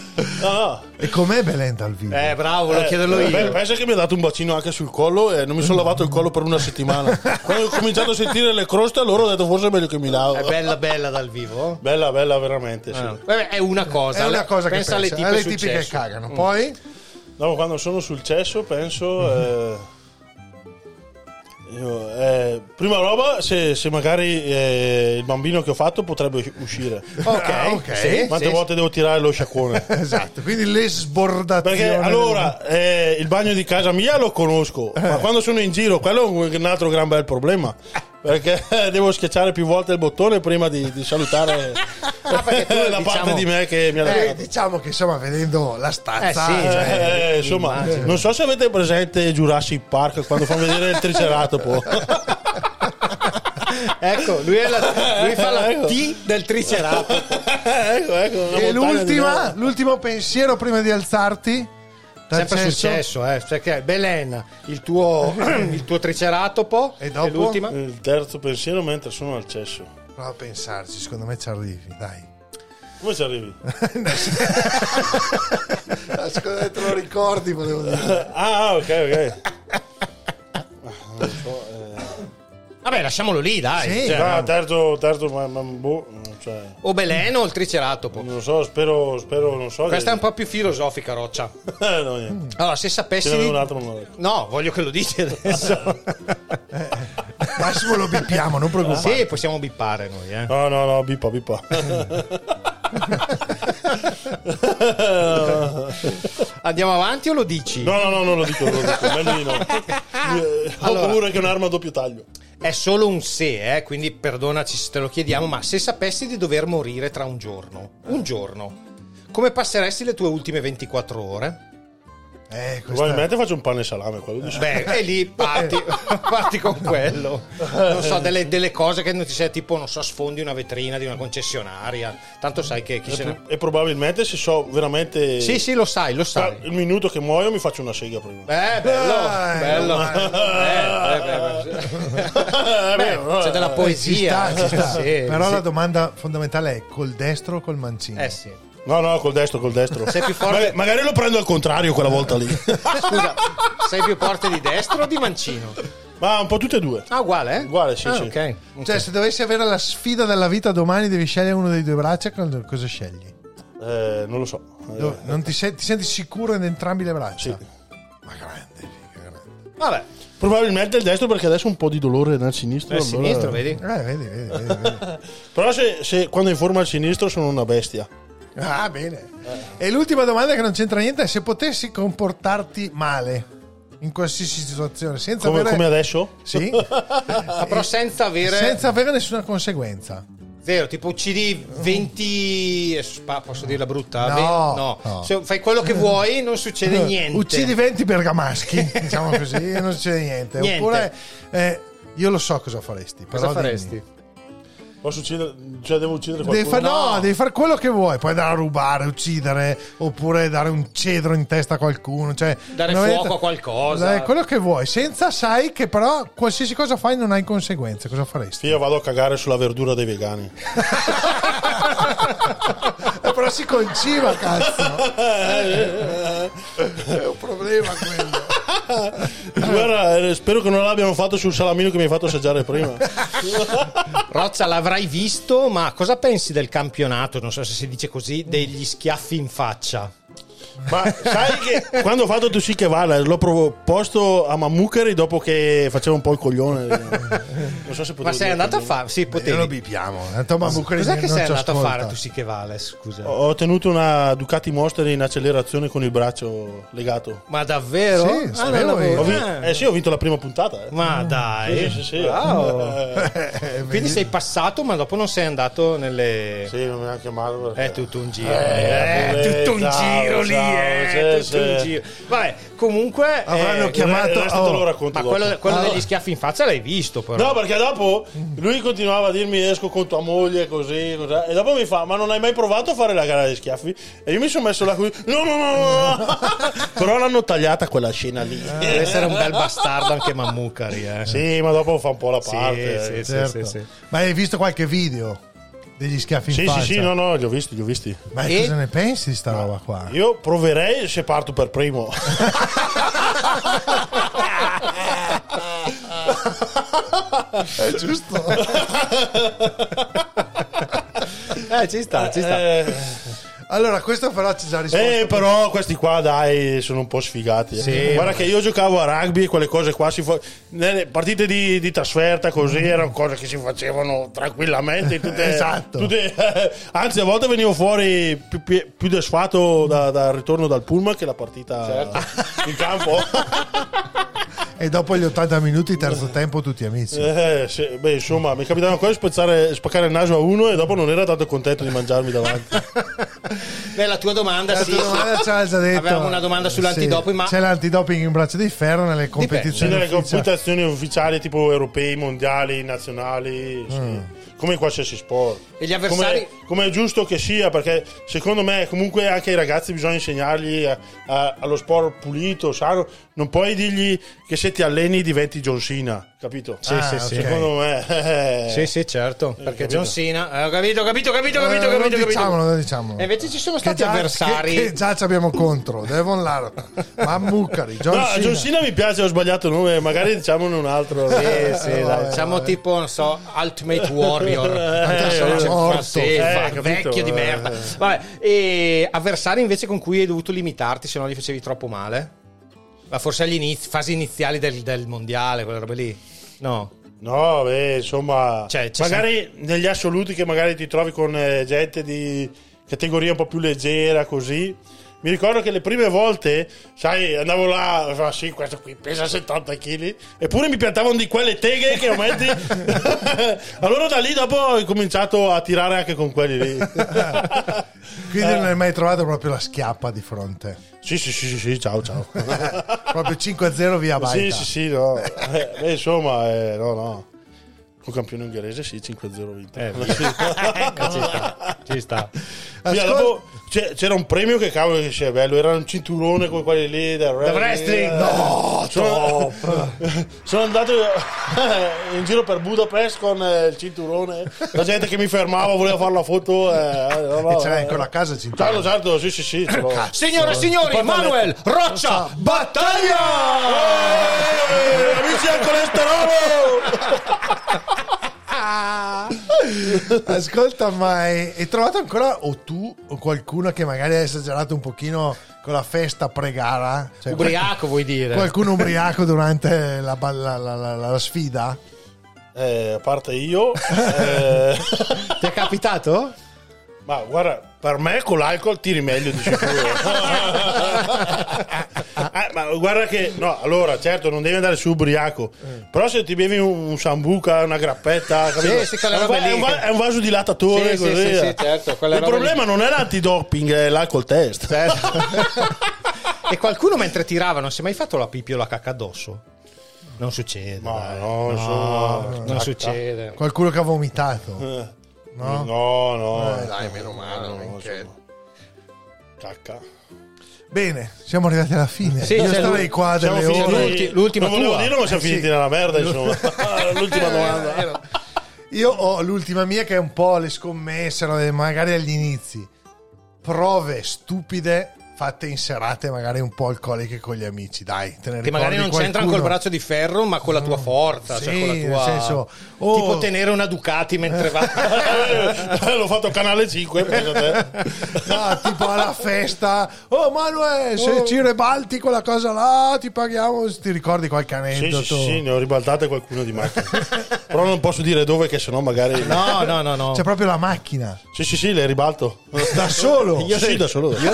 [SPEAKER 7] Ah,
[SPEAKER 2] E com'è Belen dal vivo?
[SPEAKER 1] Eh, bravo, volevo
[SPEAKER 7] eh,
[SPEAKER 1] chiederlo
[SPEAKER 7] beh,
[SPEAKER 1] io.
[SPEAKER 7] pensa che mi ha dato un bacino anche sul collo e non mi sono lavato il collo per una settimana. Quando ho cominciato a sentire le croste, allora ho detto forse è meglio che mi lavo.
[SPEAKER 1] È bella bella dal vivo.
[SPEAKER 7] Bella, bella, veramente. Sì.
[SPEAKER 1] Ah, no. Vabbè, è una cosa.
[SPEAKER 2] È una cosa che
[SPEAKER 1] pensa alle tipi,
[SPEAKER 2] pensa, alle
[SPEAKER 1] successo. Mm.
[SPEAKER 2] tipi che cagano. Poi...
[SPEAKER 7] No, quando sono sul cesso penso... eh, io, eh, prima roba, se, se magari eh, il bambino che ho fatto potrebbe uscire.
[SPEAKER 2] Ok,
[SPEAKER 1] Ah,
[SPEAKER 2] ok.
[SPEAKER 1] sì.
[SPEAKER 7] Quante volte devo tirare lo sciacquone?
[SPEAKER 2] Esatto, quindi le sbordazioni.
[SPEAKER 7] Perché allora eh, il bagno di casa mia lo conosco, ma quando sono in giro quello è un- un altro gran bel problema. Perché devo schiacciare più volte il bottone prima di, di salutare
[SPEAKER 1] perché tu,
[SPEAKER 7] la parte
[SPEAKER 1] diciamo-
[SPEAKER 7] di me che mi ha
[SPEAKER 2] Eh,
[SPEAKER 7] dato.
[SPEAKER 2] diciamo che insomma, vedendo la stanza,
[SPEAKER 1] Eh, sì,
[SPEAKER 2] cioè,
[SPEAKER 7] Eh, insomma, non so se avete presente Jurassic Park quando fanno vedere il triceratopo.
[SPEAKER 1] Ecco, lui, è la- lui fa la
[SPEAKER 7] Ecco.
[SPEAKER 1] T del triceratopo.
[SPEAKER 7] ecco, ecco,
[SPEAKER 1] eh,
[SPEAKER 7] una
[SPEAKER 2] e
[SPEAKER 7] montagna
[SPEAKER 2] l'ultima,
[SPEAKER 7] di
[SPEAKER 2] l'ultimo pensiero prima di alzarti, dal
[SPEAKER 1] Sempre
[SPEAKER 2] cesso.
[SPEAKER 1] successo, eh. Cioè che Belen, il tuo, il tuo triceratopo.
[SPEAKER 2] E dopo?
[SPEAKER 1] l'ultima?
[SPEAKER 7] nove. Il terzo pensiero mentre sono al cesso.
[SPEAKER 2] Prova a pensarci, secondo me ci arrivi, dai.
[SPEAKER 7] Come ci arrivi?
[SPEAKER 2] Ah, Secondo me te lo ricordi, volevo dire.
[SPEAKER 7] Ah, ok, ok.
[SPEAKER 1] Vabbè, lasciamolo lì, dai.
[SPEAKER 2] Sì.
[SPEAKER 7] Cioè, no, terzo, terzo, ma, ma boh, cioè,
[SPEAKER 1] O Belen o il triceratopo.
[SPEAKER 7] non lo so, spero, spero, non so.
[SPEAKER 1] Questa è
[SPEAKER 7] che-
[SPEAKER 1] un Mm. po' più filosofica, Roccia.
[SPEAKER 7] Eh, no, niente.
[SPEAKER 1] Allora, se
[SPEAKER 7] Ce
[SPEAKER 1] sapessi.
[SPEAKER 7] n'avevo
[SPEAKER 1] di-
[SPEAKER 7] un altro, ma non lo-
[SPEAKER 1] No, voglio che lo dici adesso.
[SPEAKER 2] Massimo lo bippiamo, non preoccuparti.
[SPEAKER 1] sì, possiamo bippare noi, eh.
[SPEAKER 7] No, no, no, bippa, bippa.
[SPEAKER 1] Andiamo avanti o lo dici?
[SPEAKER 7] No, no, no, non lo dico, non lo dico. Meglio di no. Eh, Ho
[SPEAKER 1] Allora.
[SPEAKER 7] paura che è un'arma a doppio taglio.
[SPEAKER 1] È solo un se, eh, quindi perdonaci se te lo chiediamo, ma se sapessi di dover morire tra un giorno, un giorno, come passeresti le tue ultime 24 ore?
[SPEAKER 2] Eh, questa-
[SPEAKER 7] Probabilmente faccio un pane e salame, quello di
[SPEAKER 1] Beh, e lì parti, parti con quello. Non so, delle, delle cose che non ti sei tipo, non so, sfondi una vetrina di una concessionaria, tanto sai che
[SPEAKER 7] Eh,
[SPEAKER 1] chi se ne...
[SPEAKER 7] E probabilmente se so veramente
[SPEAKER 1] Sì, sì, lo sai, lo
[SPEAKER 7] sa-
[SPEAKER 1] sai.
[SPEAKER 7] il minuto che muoio mi faccio una sega prima.
[SPEAKER 1] Eh, bello,
[SPEAKER 2] Dai,
[SPEAKER 1] bello.
[SPEAKER 2] dai.
[SPEAKER 1] Eh, eh,
[SPEAKER 7] Eh,
[SPEAKER 1] beh,
[SPEAKER 7] vero,
[SPEAKER 1] beh, c'è della
[SPEAKER 2] Ci sta,
[SPEAKER 1] poesia.
[SPEAKER 2] eh, ci sta.
[SPEAKER 1] Sì,
[SPEAKER 2] Però
[SPEAKER 1] sì.
[SPEAKER 2] la domanda fondamentale è col destro o col mancino?
[SPEAKER 1] Eh sì.
[SPEAKER 7] No, no, col destro, col destro.
[SPEAKER 1] Sei più forte-
[SPEAKER 7] Magari- magari lo prendo al contrario quella volta lì.
[SPEAKER 1] Eh, Scusa, sei più forte di destra o di mancino?
[SPEAKER 7] Ma un po' tutte e due.
[SPEAKER 1] Ah, uguale, eh?
[SPEAKER 7] Uguale, sì,
[SPEAKER 1] Ah,
[SPEAKER 7] sì.
[SPEAKER 1] ok.
[SPEAKER 2] Cioè, se dovessi avere la sfida della vita domani, devi scegliere uno dei due braccia, cosa cosa scegli?
[SPEAKER 7] Eh, non lo so. Eh,
[SPEAKER 2] Do- non ti, senti, ti senti sicuro in entrambi le braccia?
[SPEAKER 7] Sì.
[SPEAKER 2] Ma grande, figa, grande.
[SPEAKER 1] Vabbè,
[SPEAKER 7] Probabilmente il destro perché adesso un po' di dolore nel sinistro.
[SPEAKER 1] il
[SPEAKER 7] allora-
[SPEAKER 1] sinistro, vedi?
[SPEAKER 2] Eh, vedi, vedi, vedi, vedi.
[SPEAKER 7] Però se, se quando è in forma il sinistro sono una bestia.
[SPEAKER 2] Ah, bene. E l'ultima domanda che non c'entra niente è se potessi comportarti male in qualsiasi situazione, senza
[SPEAKER 7] Come,
[SPEAKER 2] avere...
[SPEAKER 7] come adesso?
[SPEAKER 2] Sì, Eh,
[SPEAKER 1] Ah, però senza avere
[SPEAKER 2] senza avere nessuna conseguenza.
[SPEAKER 1] zero, tipo uccidi 20 eh, spa- posso dirla brutta?
[SPEAKER 2] No,
[SPEAKER 1] Ve-
[SPEAKER 2] no.
[SPEAKER 1] Se fai quello che vuoi, non succede niente.
[SPEAKER 2] Uccidi 20 bergamaschi, diciamo così, e non c'è niente.
[SPEAKER 1] Niente.
[SPEAKER 2] Oppure eh, io lo so cosa faresti.
[SPEAKER 1] Cosa
[SPEAKER 2] però dimmi.
[SPEAKER 1] faresti?
[SPEAKER 7] Posso uccidere, cioè devo uccidere
[SPEAKER 2] Devi
[SPEAKER 7] qualcuno.
[SPEAKER 2] far- no, devi fare quello che vuoi. Puoi andare a rubare, uccidere, oppure dare un cedro in testa a qualcuno. Cioè,
[SPEAKER 1] Dare
[SPEAKER 2] non
[SPEAKER 1] fuoco
[SPEAKER 2] avete-
[SPEAKER 1] a qualcosa.
[SPEAKER 2] Eh, quello che vuoi, senza sai che però qualsiasi cosa fai non hai conseguenze. Cosa faresti?
[SPEAKER 7] Sì, Io vado a cagare sulla verdura dei vegani.
[SPEAKER 2] Eh, però si conciva, cazzo. È un problema quello.
[SPEAKER 7] Guarda, eh, spero che non l'abbiano fatto sul salamino che mi hai fatto assaggiare prima.
[SPEAKER 1] Rozza, l'avrai visto, ma cosa pensi del campionato? Non so se si dice così, degli schiaffi in faccia.
[SPEAKER 7] Ma sai che quando ho fatto Tu sì che vale, l'ho proposto a Mammucari dopo che facevo un po' il coglione. Non so se potevo
[SPEAKER 1] Ma sei
[SPEAKER 7] dire
[SPEAKER 1] andato a
[SPEAKER 7] coglione.
[SPEAKER 1] fare? Sì,
[SPEAKER 2] E lo
[SPEAKER 1] potevi.
[SPEAKER 2] bipiamo. Oh, Tanto Mamma Bucari
[SPEAKER 1] Cos'è che
[SPEAKER 2] non
[SPEAKER 1] sei
[SPEAKER 2] ci
[SPEAKER 1] andato a
[SPEAKER 2] ascolta.
[SPEAKER 1] fare? Tu sì che vale, scusa.
[SPEAKER 7] Ho ho tenuto una Ducati Monster in accelerazione con il braccio legato.
[SPEAKER 1] Ma davvero?
[SPEAKER 2] Sì,
[SPEAKER 1] Ah,
[SPEAKER 2] sapevo
[SPEAKER 1] non avevo-
[SPEAKER 7] Ho vi-
[SPEAKER 1] Ah.
[SPEAKER 7] eh sì, ho vinto la prima puntata. eh.
[SPEAKER 1] Ma dai.
[SPEAKER 7] Sì, sì, sì.
[SPEAKER 1] Wow.
[SPEAKER 7] Eh,
[SPEAKER 1] Quindi sei passato, ma dopo non sei andato nelle.
[SPEAKER 7] sì, non mi ha chiamato. perché-
[SPEAKER 1] È tutto un giro,
[SPEAKER 7] Eh,
[SPEAKER 1] eh,
[SPEAKER 7] vabbè,
[SPEAKER 1] tutto un
[SPEAKER 7] ciao,
[SPEAKER 1] giro lì,
[SPEAKER 7] ciao,
[SPEAKER 1] eh,
[SPEAKER 7] sì,
[SPEAKER 1] tutto un
[SPEAKER 7] sì.
[SPEAKER 1] giro. Vabbè, comunque,
[SPEAKER 2] Avranno
[SPEAKER 1] eh,
[SPEAKER 7] Il re- il
[SPEAKER 2] chiamato.
[SPEAKER 7] resto te lo
[SPEAKER 2] Oh,
[SPEAKER 7] racconto
[SPEAKER 1] ma
[SPEAKER 7] dopo.
[SPEAKER 1] quello, quello degli schiaffi in faccia l'hai visto, però.
[SPEAKER 7] No, perché dopo lui continuava a dirmi esco con tua moglie, così, così. E dopo mi fa, ma non hai mai provato a fare la gara degli schiaffi? E io mi sono messo là così, no, no, no, no. Però l'hanno tagliata quella scena lì.
[SPEAKER 1] Deve essere un bel bastardo anche Mammucari, eh.
[SPEAKER 7] Sì, ma dopo fa un po' la
[SPEAKER 1] Sì,
[SPEAKER 7] parte.
[SPEAKER 1] sì,
[SPEAKER 7] eh.
[SPEAKER 1] sì,
[SPEAKER 2] certo.
[SPEAKER 1] sì, sì.
[SPEAKER 2] Ma hai visto qualche video degli schiaffi in
[SPEAKER 7] Sì, sì,
[SPEAKER 2] faccia?
[SPEAKER 7] sì, no, no, li ho visti, li ho visti.
[SPEAKER 2] Ma
[SPEAKER 1] E-
[SPEAKER 2] cosa ne pensi di sta roba qua?
[SPEAKER 7] Io proverei se parto per primo.
[SPEAKER 2] È giusto.
[SPEAKER 1] Eh, ci sta, ci sta.
[SPEAKER 7] Eh,
[SPEAKER 2] allora, questo però ci già risposto.
[SPEAKER 7] eh, però questi qua, dai, sono un po' sfigati. eh.
[SPEAKER 1] Sì,
[SPEAKER 7] Guarda che io giocavo a rugby e quelle cose qua si fa- nelle partite di, di trasferta così erano cose che si facevano tranquillamente. in Tutte,
[SPEAKER 2] Esatto.
[SPEAKER 7] tutte- anzi, a volte venivo fuori più, più, più desfato da- dal ritorno dal pullman che la partita in campo.
[SPEAKER 2] E dopo gli 80 minuti, terzo tempo, tutti amici.
[SPEAKER 7] Eh, sì, beh, insomma, mi capitava ancora di spezzare- spaccare il naso a uno e dopo non era tanto contento di mangiarmi davanti.
[SPEAKER 1] Beh, la tua domanda,
[SPEAKER 2] La
[SPEAKER 1] sì.
[SPEAKER 2] tua domanda ce l'ha già eh, detto.
[SPEAKER 1] Avevamo una domanda sull'antidoping,
[SPEAKER 2] Sì,
[SPEAKER 1] ma-
[SPEAKER 2] C'è l'antidoping in braccio di ferro nelle
[SPEAKER 7] Sì,
[SPEAKER 2] competizioni
[SPEAKER 7] nelle
[SPEAKER 2] ufficiali.
[SPEAKER 7] computazioni ufficiali tipo europei, mondiali, nazionali, sì. come in qualsiasi sport.
[SPEAKER 1] E gli avversari-
[SPEAKER 7] Come, come è giusto che sia, perché secondo me comunque anche ai ragazzi bisogna insegnargli a- a- allo sport pulito, sano. Non puoi dirgli che se ti alleni diventi John Cena, capito?
[SPEAKER 2] Ah, sì, sì.
[SPEAKER 7] Secondo me...
[SPEAKER 1] Sì, sì, certo. Perché
[SPEAKER 7] capito.
[SPEAKER 1] John Cena. diciamo, eh, Ho capito, ho capito, ho capito, ho
[SPEAKER 2] Eh,
[SPEAKER 1] capito, ho capito.
[SPEAKER 2] non
[SPEAKER 1] ho capito.
[SPEAKER 2] diciamolo, non diciamolo.
[SPEAKER 1] E invece ci sono
[SPEAKER 2] che
[SPEAKER 1] stati
[SPEAKER 2] già,
[SPEAKER 1] avversari.
[SPEAKER 2] che- che già ci abbiamo contro Devon Lara Mammucari John
[SPEAKER 7] No,
[SPEAKER 2] Cena.
[SPEAKER 7] John Cena mi piace, ho sbagliato il nome, magari diciamone un altro.
[SPEAKER 1] Sì, sì, dai,
[SPEAKER 2] vabbè,
[SPEAKER 1] diciamo
[SPEAKER 2] vabbè.
[SPEAKER 1] tipo, non so, Ultimate Warrior.
[SPEAKER 7] Eh,
[SPEAKER 1] Sono
[SPEAKER 7] eh,
[SPEAKER 2] morto.
[SPEAKER 1] sì,
[SPEAKER 7] Eh,
[SPEAKER 1] fa-
[SPEAKER 7] capito,
[SPEAKER 1] vecchio di
[SPEAKER 7] eh.
[SPEAKER 1] merda. Vabbè, e avversari invece con cui hai dovuto limitarti, se no li facevi troppo male? Ma forse agli inizi- fasi iniziali del, del mondiale, quelle robe lì. No.
[SPEAKER 7] No, beh, insomma,
[SPEAKER 1] Cioè, c'è
[SPEAKER 7] magari negli assoluti che magari ti trovi con eh, gente di categoria un po' più leggera, così. Mi ricordo che le prime volte, sai, andavo là, ah, sì, questo qui pesa 70 kg, eppure mi piantavano di quelle teghe che aumenti. allora da lì dopo ho cominciato a tirare anche con quelli lì.
[SPEAKER 2] quindi non hai mai trovato proprio la schiappa di fronte
[SPEAKER 7] sì, sì, sì, sì, sì, ciao, ciao.
[SPEAKER 2] proprio 5-0
[SPEAKER 1] Ah,
[SPEAKER 2] via
[SPEAKER 7] sì,
[SPEAKER 2] Baita
[SPEAKER 7] sì, sì, no. Eh, beh, insomma, eh, no, no. Con campione ungherese, sì, 5-0 vinto.
[SPEAKER 1] Eh, Ecco, ci sta, ci sta.
[SPEAKER 7] Via,
[SPEAKER 2] Ascol-
[SPEAKER 7] dopo c'è- c'era un premio che cavolo che sia bello, era un cinturone come quelli lì del
[SPEAKER 1] wrestling? Oh,
[SPEAKER 7] No, sono, sono andato eh, in giro per Budapest con eh, il cinturone, la gente che mi fermava voleva fare la foto. eh, no, no,
[SPEAKER 2] e ce l'hai
[SPEAKER 7] eh.
[SPEAKER 2] ancora a casa il
[SPEAKER 7] Certo,
[SPEAKER 2] cinturone
[SPEAKER 7] certo, sì, sì, sì. ce l'ho.
[SPEAKER 1] Signore e signori, Manuel Roccia Battaglia!
[SPEAKER 7] Eh, Amici del colesterolo!
[SPEAKER 2] ascolta mai hai trovato ancora o tu o qualcuno che magari ha esagerato un pochino con la festa pre-gara Cioè,
[SPEAKER 1] Ubriaco vuoi dire?
[SPEAKER 2] qualcuno ubriaco durante la, ba- la- la- la- la sfida
[SPEAKER 7] Eh, a parte io, eh,
[SPEAKER 1] Ti è capitato?
[SPEAKER 7] ma guarda, per me con l'alcol tiri meglio di sicuro. Ah, ma guarda che no, allora certo non devi andare su ubriaco, però se ti bevi un, un sambuca, una grappetta, capito?
[SPEAKER 1] Eh. sì, quelle
[SPEAKER 7] è, un,
[SPEAKER 1] robe
[SPEAKER 7] va- è
[SPEAKER 1] lì
[SPEAKER 7] un va-
[SPEAKER 1] che-
[SPEAKER 7] è un vaso
[SPEAKER 1] Sì,
[SPEAKER 7] dilatatore
[SPEAKER 1] sì,
[SPEAKER 7] così.
[SPEAKER 1] sì,
[SPEAKER 7] eh.
[SPEAKER 1] sì, certo, quelle
[SPEAKER 7] Il
[SPEAKER 1] robe
[SPEAKER 7] problema non è l'antidoping, è l'alcol test.
[SPEAKER 1] Cioè, e qualcuno mentre tiravano si è mai fatto la pipi o la cacca addosso? Non succede.
[SPEAKER 7] Ma
[SPEAKER 1] dai.
[SPEAKER 7] no, insomma,
[SPEAKER 1] non
[SPEAKER 7] attacca.
[SPEAKER 1] succede. Eh.
[SPEAKER 2] Qualcuno che ha vomitato.
[SPEAKER 7] No, no.
[SPEAKER 2] Eh,
[SPEAKER 7] dai, meno male. Cacca.
[SPEAKER 2] Bene, siamo arrivati alla fine.
[SPEAKER 1] Sì,
[SPEAKER 2] Io
[SPEAKER 1] cioè,
[SPEAKER 2] starei qua
[SPEAKER 7] Siamo
[SPEAKER 2] delle
[SPEAKER 7] finiti-
[SPEAKER 2] ore.
[SPEAKER 1] l'ulti- l'ultima
[SPEAKER 7] non volevo
[SPEAKER 1] tua.
[SPEAKER 7] dirlo, ma siamo
[SPEAKER 2] Eh,
[SPEAKER 7] finiti
[SPEAKER 2] sì.
[SPEAKER 7] nella merda, insomma. L'ultima
[SPEAKER 2] Eh,
[SPEAKER 7] domanda.
[SPEAKER 2] vero. Io ho l'ultima mia che è un po' le scommesse, no, eh, magari agli inizi. Prove stupide fatte in serate, magari un po' alcoliche con gli amici, dai. Te ne
[SPEAKER 1] Che magari non
[SPEAKER 2] ricordi
[SPEAKER 1] c'entrano col
[SPEAKER 2] qualcuno?
[SPEAKER 1] braccio di ferro, ma con la
[SPEAKER 7] Mm.
[SPEAKER 1] tua forza.
[SPEAKER 2] Sì,
[SPEAKER 1] cioè con la
[SPEAKER 2] nel
[SPEAKER 1] tua...
[SPEAKER 2] senso, oh.
[SPEAKER 1] Tipo tenere una Ducati mentre va.
[SPEAKER 7] Eh, L'ho fatto canale 5, pensa te.
[SPEAKER 2] No, tipo alla festa, oh Manuel, se ci ribalti quella cosa là, ti paghiamo. Ti ricordi qualche
[SPEAKER 7] Sì,
[SPEAKER 2] aneddoto?
[SPEAKER 7] sì, sì, sì, ne ho ribaltate qualcuno di macchina. Però non posso dire dove, che sennò magari.
[SPEAKER 1] No, no, no, no.
[SPEAKER 7] Cioè,
[SPEAKER 2] C'è proprio la macchina
[SPEAKER 7] Sì, sì, sì, le ribalto.
[SPEAKER 2] da solo.
[SPEAKER 7] Io sì, sì, da solo.
[SPEAKER 1] Io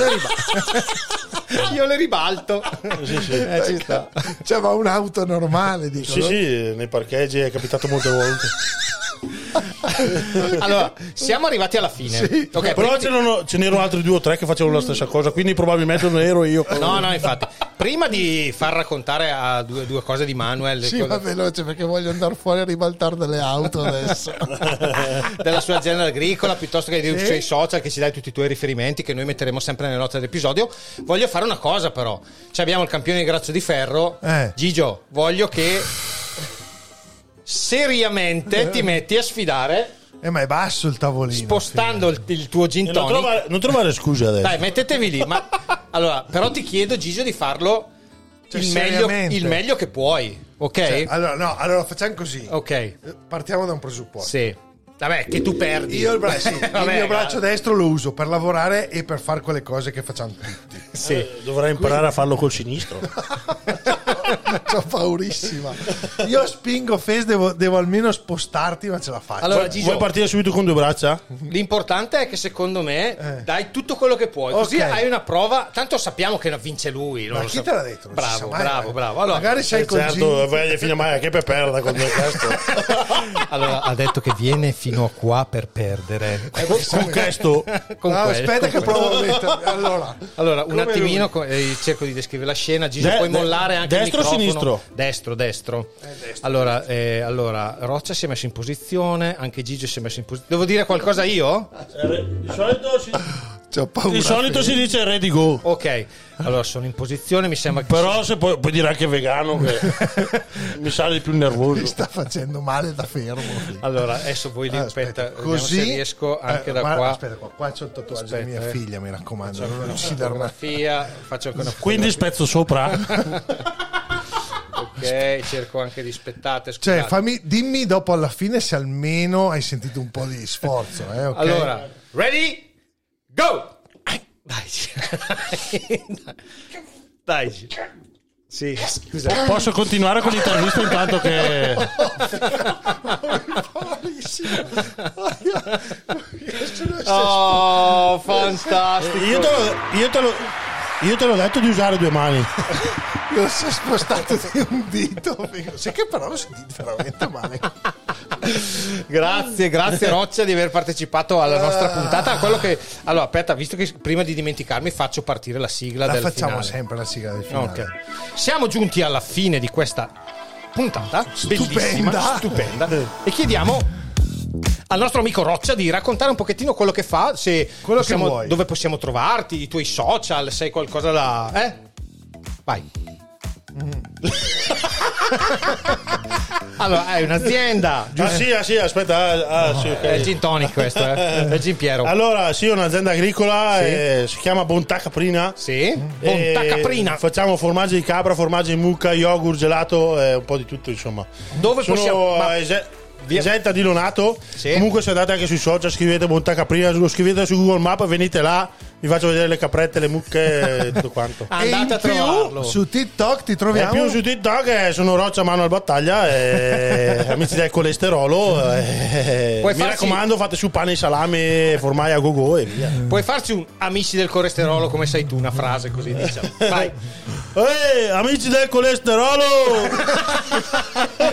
[SPEAKER 1] le ribalto.
[SPEAKER 7] Sì, sì.
[SPEAKER 1] Eh, ci sta.
[SPEAKER 2] Cioè, ma un'auto normale, dico.
[SPEAKER 7] Sì,
[SPEAKER 2] no?
[SPEAKER 7] sì, nei parcheggi è capitato molte volte.
[SPEAKER 1] Allora, siamo arrivati alla fine. Ok,
[SPEAKER 7] Però
[SPEAKER 1] prima-
[SPEAKER 7] ce n'erano, ce n'erano altri due o tre che facevano la stessa cosa, quindi probabilmente non ero io.
[SPEAKER 1] No, no, infatti. Prima di far raccontare a due, due cose di Manuel
[SPEAKER 2] Sì,
[SPEAKER 1] cosa-
[SPEAKER 2] va veloce perché voglio andare fuori a ribaltare delle auto adesso.
[SPEAKER 1] della sua azienda agricola, piuttosto che dei
[SPEAKER 2] Sì.
[SPEAKER 1] suoi social che ci dai tutti i tuoi riferimenti che noi metteremo sempre nelle note dell'episodio, voglio fare una cosa però. Cioè abbiamo il campione di grazia di ferro.
[SPEAKER 2] Eh.
[SPEAKER 1] Gigio, voglio che seriamente ti metti a sfidare
[SPEAKER 2] eh, ma è basso il tavolino.
[SPEAKER 1] spostando il, il tuo gin
[SPEAKER 7] E Non,
[SPEAKER 1] tonic.
[SPEAKER 7] trovare, non trovare scuse adesso.
[SPEAKER 1] Dai, mettetevi lì. Ma allora, però ti chiedo, Gigio, di farlo
[SPEAKER 2] Cioè,
[SPEAKER 1] il, meglio,
[SPEAKER 2] seriamente.
[SPEAKER 1] il meglio che puoi. Ok?
[SPEAKER 2] Cioè, allora, no, allora facciamo così.
[SPEAKER 1] ok.
[SPEAKER 2] Eh, Partiamo da un presupposto.
[SPEAKER 1] Sì. Vabbè, che tu perdi.
[SPEAKER 2] Io il, bra- sì, il
[SPEAKER 1] Vabbè,
[SPEAKER 2] mio
[SPEAKER 1] ma-
[SPEAKER 2] braccio destro lo uso per lavorare e per fare quelle cose che facciamo tutti.
[SPEAKER 1] Sì.
[SPEAKER 7] Eh, Dovrei imparare a farlo col sinistro.
[SPEAKER 2] Sono paurissima. Io spingo Fes, devo, devo almeno spostarti, ma ce la faccio.
[SPEAKER 1] Allora,
[SPEAKER 7] Vuoi-
[SPEAKER 1] Gigio,
[SPEAKER 7] Vuoi partire subito con due braccia?
[SPEAKER 1] l'importante è che secondo me
[SPEAKER 2] Eh.
[SPEAKER 1] dai tutto quello che puoi. Così
[SPEAKER 2] Ok.
[SPEAKER 1] hai una prova. Tanto sappiamo che vince lui. non
[SPEAKER 2] ma
[SPEAKER 1] lo
[SPEAKER 2] chi
[SPEAKER 1] so.
[SPEAKER 2] te l'ha detto? Non si sa
[SPEAKER 1] Bravo,
[SPEAKER 2] mai,
[SPEAKER 1] bravo,
[SPEAKER 2] eh.
[SPEAKER 1] bravo. Allora,
[SPEAKER 2] Magari sei
[SPEAKER 7] Eh,
[SPEAKER 2] col Gin-
[SPEAKER 7] certo, vai fino a mai che per perda con due questo.
[SPEAKER 1] Allora, ha detto che viene fino a qua per perdere.
[SPEAKER 7] Eh, con, con questo.
[SPEAKER 1] Con
[SPEAKER 2] No,
[SPEAKER 1] questo,
[SPEAKER 2] aspetta
[SPEAKER 1] con questo.
[SPEAKER 2] che provo a mettermi. Allora,
[SPEAKER 1] Allora, un
[SPEAKER 2] Come
[SPEAKER 1] attimino,
[SPEAKER 2] lui.
[SPEAKER 1] co- eh, cerco di descrivere la scena. Gigio,
[SPEAKER 7] De-
[SPEAKER 1] puoi
[SPEAKER 7] de-
[SPEAKER 1] mollare anche
[SPEAKER 7] destro
[SPEAKER 1] il
[SPEAKER 7] o
[SPEAKER 1] microfono.
[SPEAKER 7] sinistro?
[SPEAKER 1] Destro, destro. allora, eh, allora, Roccia si è messo in posizione, anche Gigio si è messo in posizione. Devo dire qualcosa io?
[SPEAKER 7] Di solito si,
[SPEAKER 2] C'ho paura.
[SPEAKER 7] dice ready go.
[SPEAKER 1] Ok, allora sono in posizione, mi sembra che...
[SPEAKER 7] Però se puoi, puoi dire anche vegano, che mi sale più
[SPEAKER 2] Mi
[SPEAKER 7] nervoso.
[SPEAKER 2] sta facendo male da fermo.
[SPEAKER 1] Allora, adesso voi lì,
[SPEAKER 2] Ah,
[SPEAKER 1] aspetta, vediamo
[SPEAKER 2] così
[SPEAKER 1] se riesco anche
[SPEAKER 2] Eh,
[SPEAKER 1] da
[SPEAKER 2] guarda,
[SPEAKER 1] qua.
[SPEAKER 2] Aspetta, qua, qua c'è il tatuaggio di
[SPEAKER 1] Aspetta,
[SPEAKER 2] mia
[SPEAKER 1] eh.
[SPEAKER 2] figlia, mi raccomando, non ucciderla.
[SPEAKER 1] Fotografia, faccio anche una
[SPEAKER 7] Quindi spezzo sopra.
[SPEAKER 1] fotografia, ok, cerco anche di spettate,
[SPEAKER 2] Cioè,
[SPEAKER 1] scusate.
[SPEAKER 2] fammi, dimmi dopo alla fine se almeno hai sentito un po' di sforzo. Eh, ok?
[SPEAKER 1] Allora, ready? Go! Dai, dai, dai. Gigi. Sì,
[SPEAKER 2] Eh,
[SPEAKER 1] scusa.
[SPEAKER 7] Posso continuare con l'intervista intanto che...
[SPEAKER 2] eh,
[SPEAKER 1] Oh, fantastico.
[SPEAKER 7] Io te, l'ho, io, te l'ho, io te l'ho detto di usare due mani.
[SPEAKER 2] Non si è spostato di un dito. Sai che però l'ho sentito veramente male.
[SPEAKER 1] Grazie, grazie Roccia di aver partecipato alla nostra puntata. A quello che- Allora, aspetta, visto che prima di dimenticarmi faccio partire la sigla
[SPEAKER 2] La
[SPEAKER 1] del
[SPEAKER 2] facciamo
[SPEAKER 1] finale.
[SPEAKER 2] sempre la sigla del finale.
[SPEAKER 1] Ok. Siamo giunti alla fine di questa puntata bellissima, stupenda e chiediamo al nostro amico Roccia di raccontare un pochettino quello che fa, se
[SPEAKER 2] Quello che
[SPEAKER 1] possiamo-
[SPEAKER 2] vuoi.
[SPEAKER 1] dove possiamo trovarti, i tuoi social, se hai qualcosa da eh? Vai. allora, hai un'azienda,
[SPEAKER 7] Ah
[SPEAKER 1] giusto?
[SPEAKER 7] sì, ah sì, aspetta. ah, ah, sì, ok.
[SPEAKER 1] È il gin tonic questo, eh? È il gin Piero.
[SPEAKER 7] Allora, sì, è un'azienda agricola, eh, si chiama Bontà Caprina.
[SPEAKER 1] sì?
[SPEAKER 7] Eh,
[SPEAKER 1] Bontà Caprina.
[SPEAKER 7] Facciamo formaggio di capra, formaggio di mucca, yogurt, gelato, eh, un po' di tutto, insomma.
[SPEAKER 1] Dove
[SPEAKER 7] Sono
[SPEAKER 1] possiamo- ma-
[SPEAKER 7] eh, ese-
[SPEAKER 1] Via.
[SPEAKER 7] esenta di Lonato.
[SPEAKER 1] Sì.
[SPEAKER 7] Comunque, se andate anche sui social, scrivete Bontà Caprina, lo scrivete su Google Map, venite là, vi faccio vedere le caprette, le mucche e tutto quanto.
[SPEAKER 2] E in
[SPEAKER 1] Andate a
[SPEAKER 2] più,
[SPEAKER 1] trovarlo.
[SPEAKER 2] su TikTok ti
[SPEAKER 7] E
[SPEAKER 2] troviamo.
[SPEAKER 7] più su TikTok eh, sono Roccia Mano al Battaglia, eh, amici del colesterolo. eh,
[SPEAKER 1] Puoi
[SPEAKER 7] mi
[SPEAKER 1] farsi-
[SPEAKER 7] raccomando, fate su pane, salame, formaggi a gogo e via.
[SPEAKER 1] Puoi farci un amici del colesterolo come sei tu, una frase così diciamo. Vai.
[SPEAKER 7] Ehi, amici del Eh, colesterolo!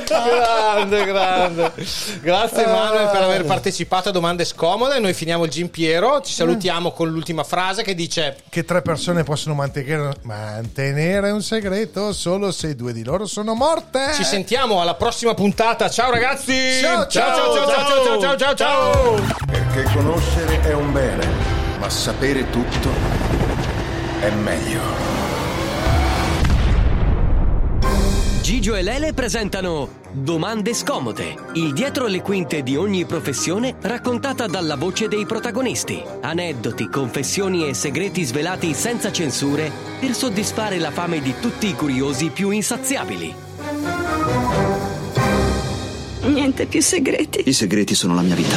[SPEAKER 1] grande, grande.
[SPEAKER 2] Ah.
[SPEAKER 1] Grazie Manuel per aver partecipato a Domande Scomode. Noi finiamo il Gimpiero,
[SPEAKER 2] Mm.
[SPEAKER 1] ci salutiamo con l'ultima frase che dice
[SPEAKER 2] Che tre persone possono mantenere, mantenere un segreto solo se due di loro sono morte.
[SPEAKER 1] ci sentiamo alla prossima puntata. Ciao ragazzi!
[SPEAKER 2] Eh. Ciao,
[SPEAKER 1] ciao ciao ciao ciao ciao ciao! ciao, ciao.
[SPEAKER 3] Perché conoscere è un bene, ma sapere tutto è meglio.
[SPEAKER 4] Gigio e Lele presentano Domande scomode, il dietro le quinte di ogni professione raccontata dalla voce dei protagonisti. Aneddoti, confessioni e segreti svelati senza censure per soddisfare la fame di tutti i curiosi più insaziabili.
[SPEAKER 6] Niente più segreti.
[SPEAKER 10] I segreti sono la mia vita.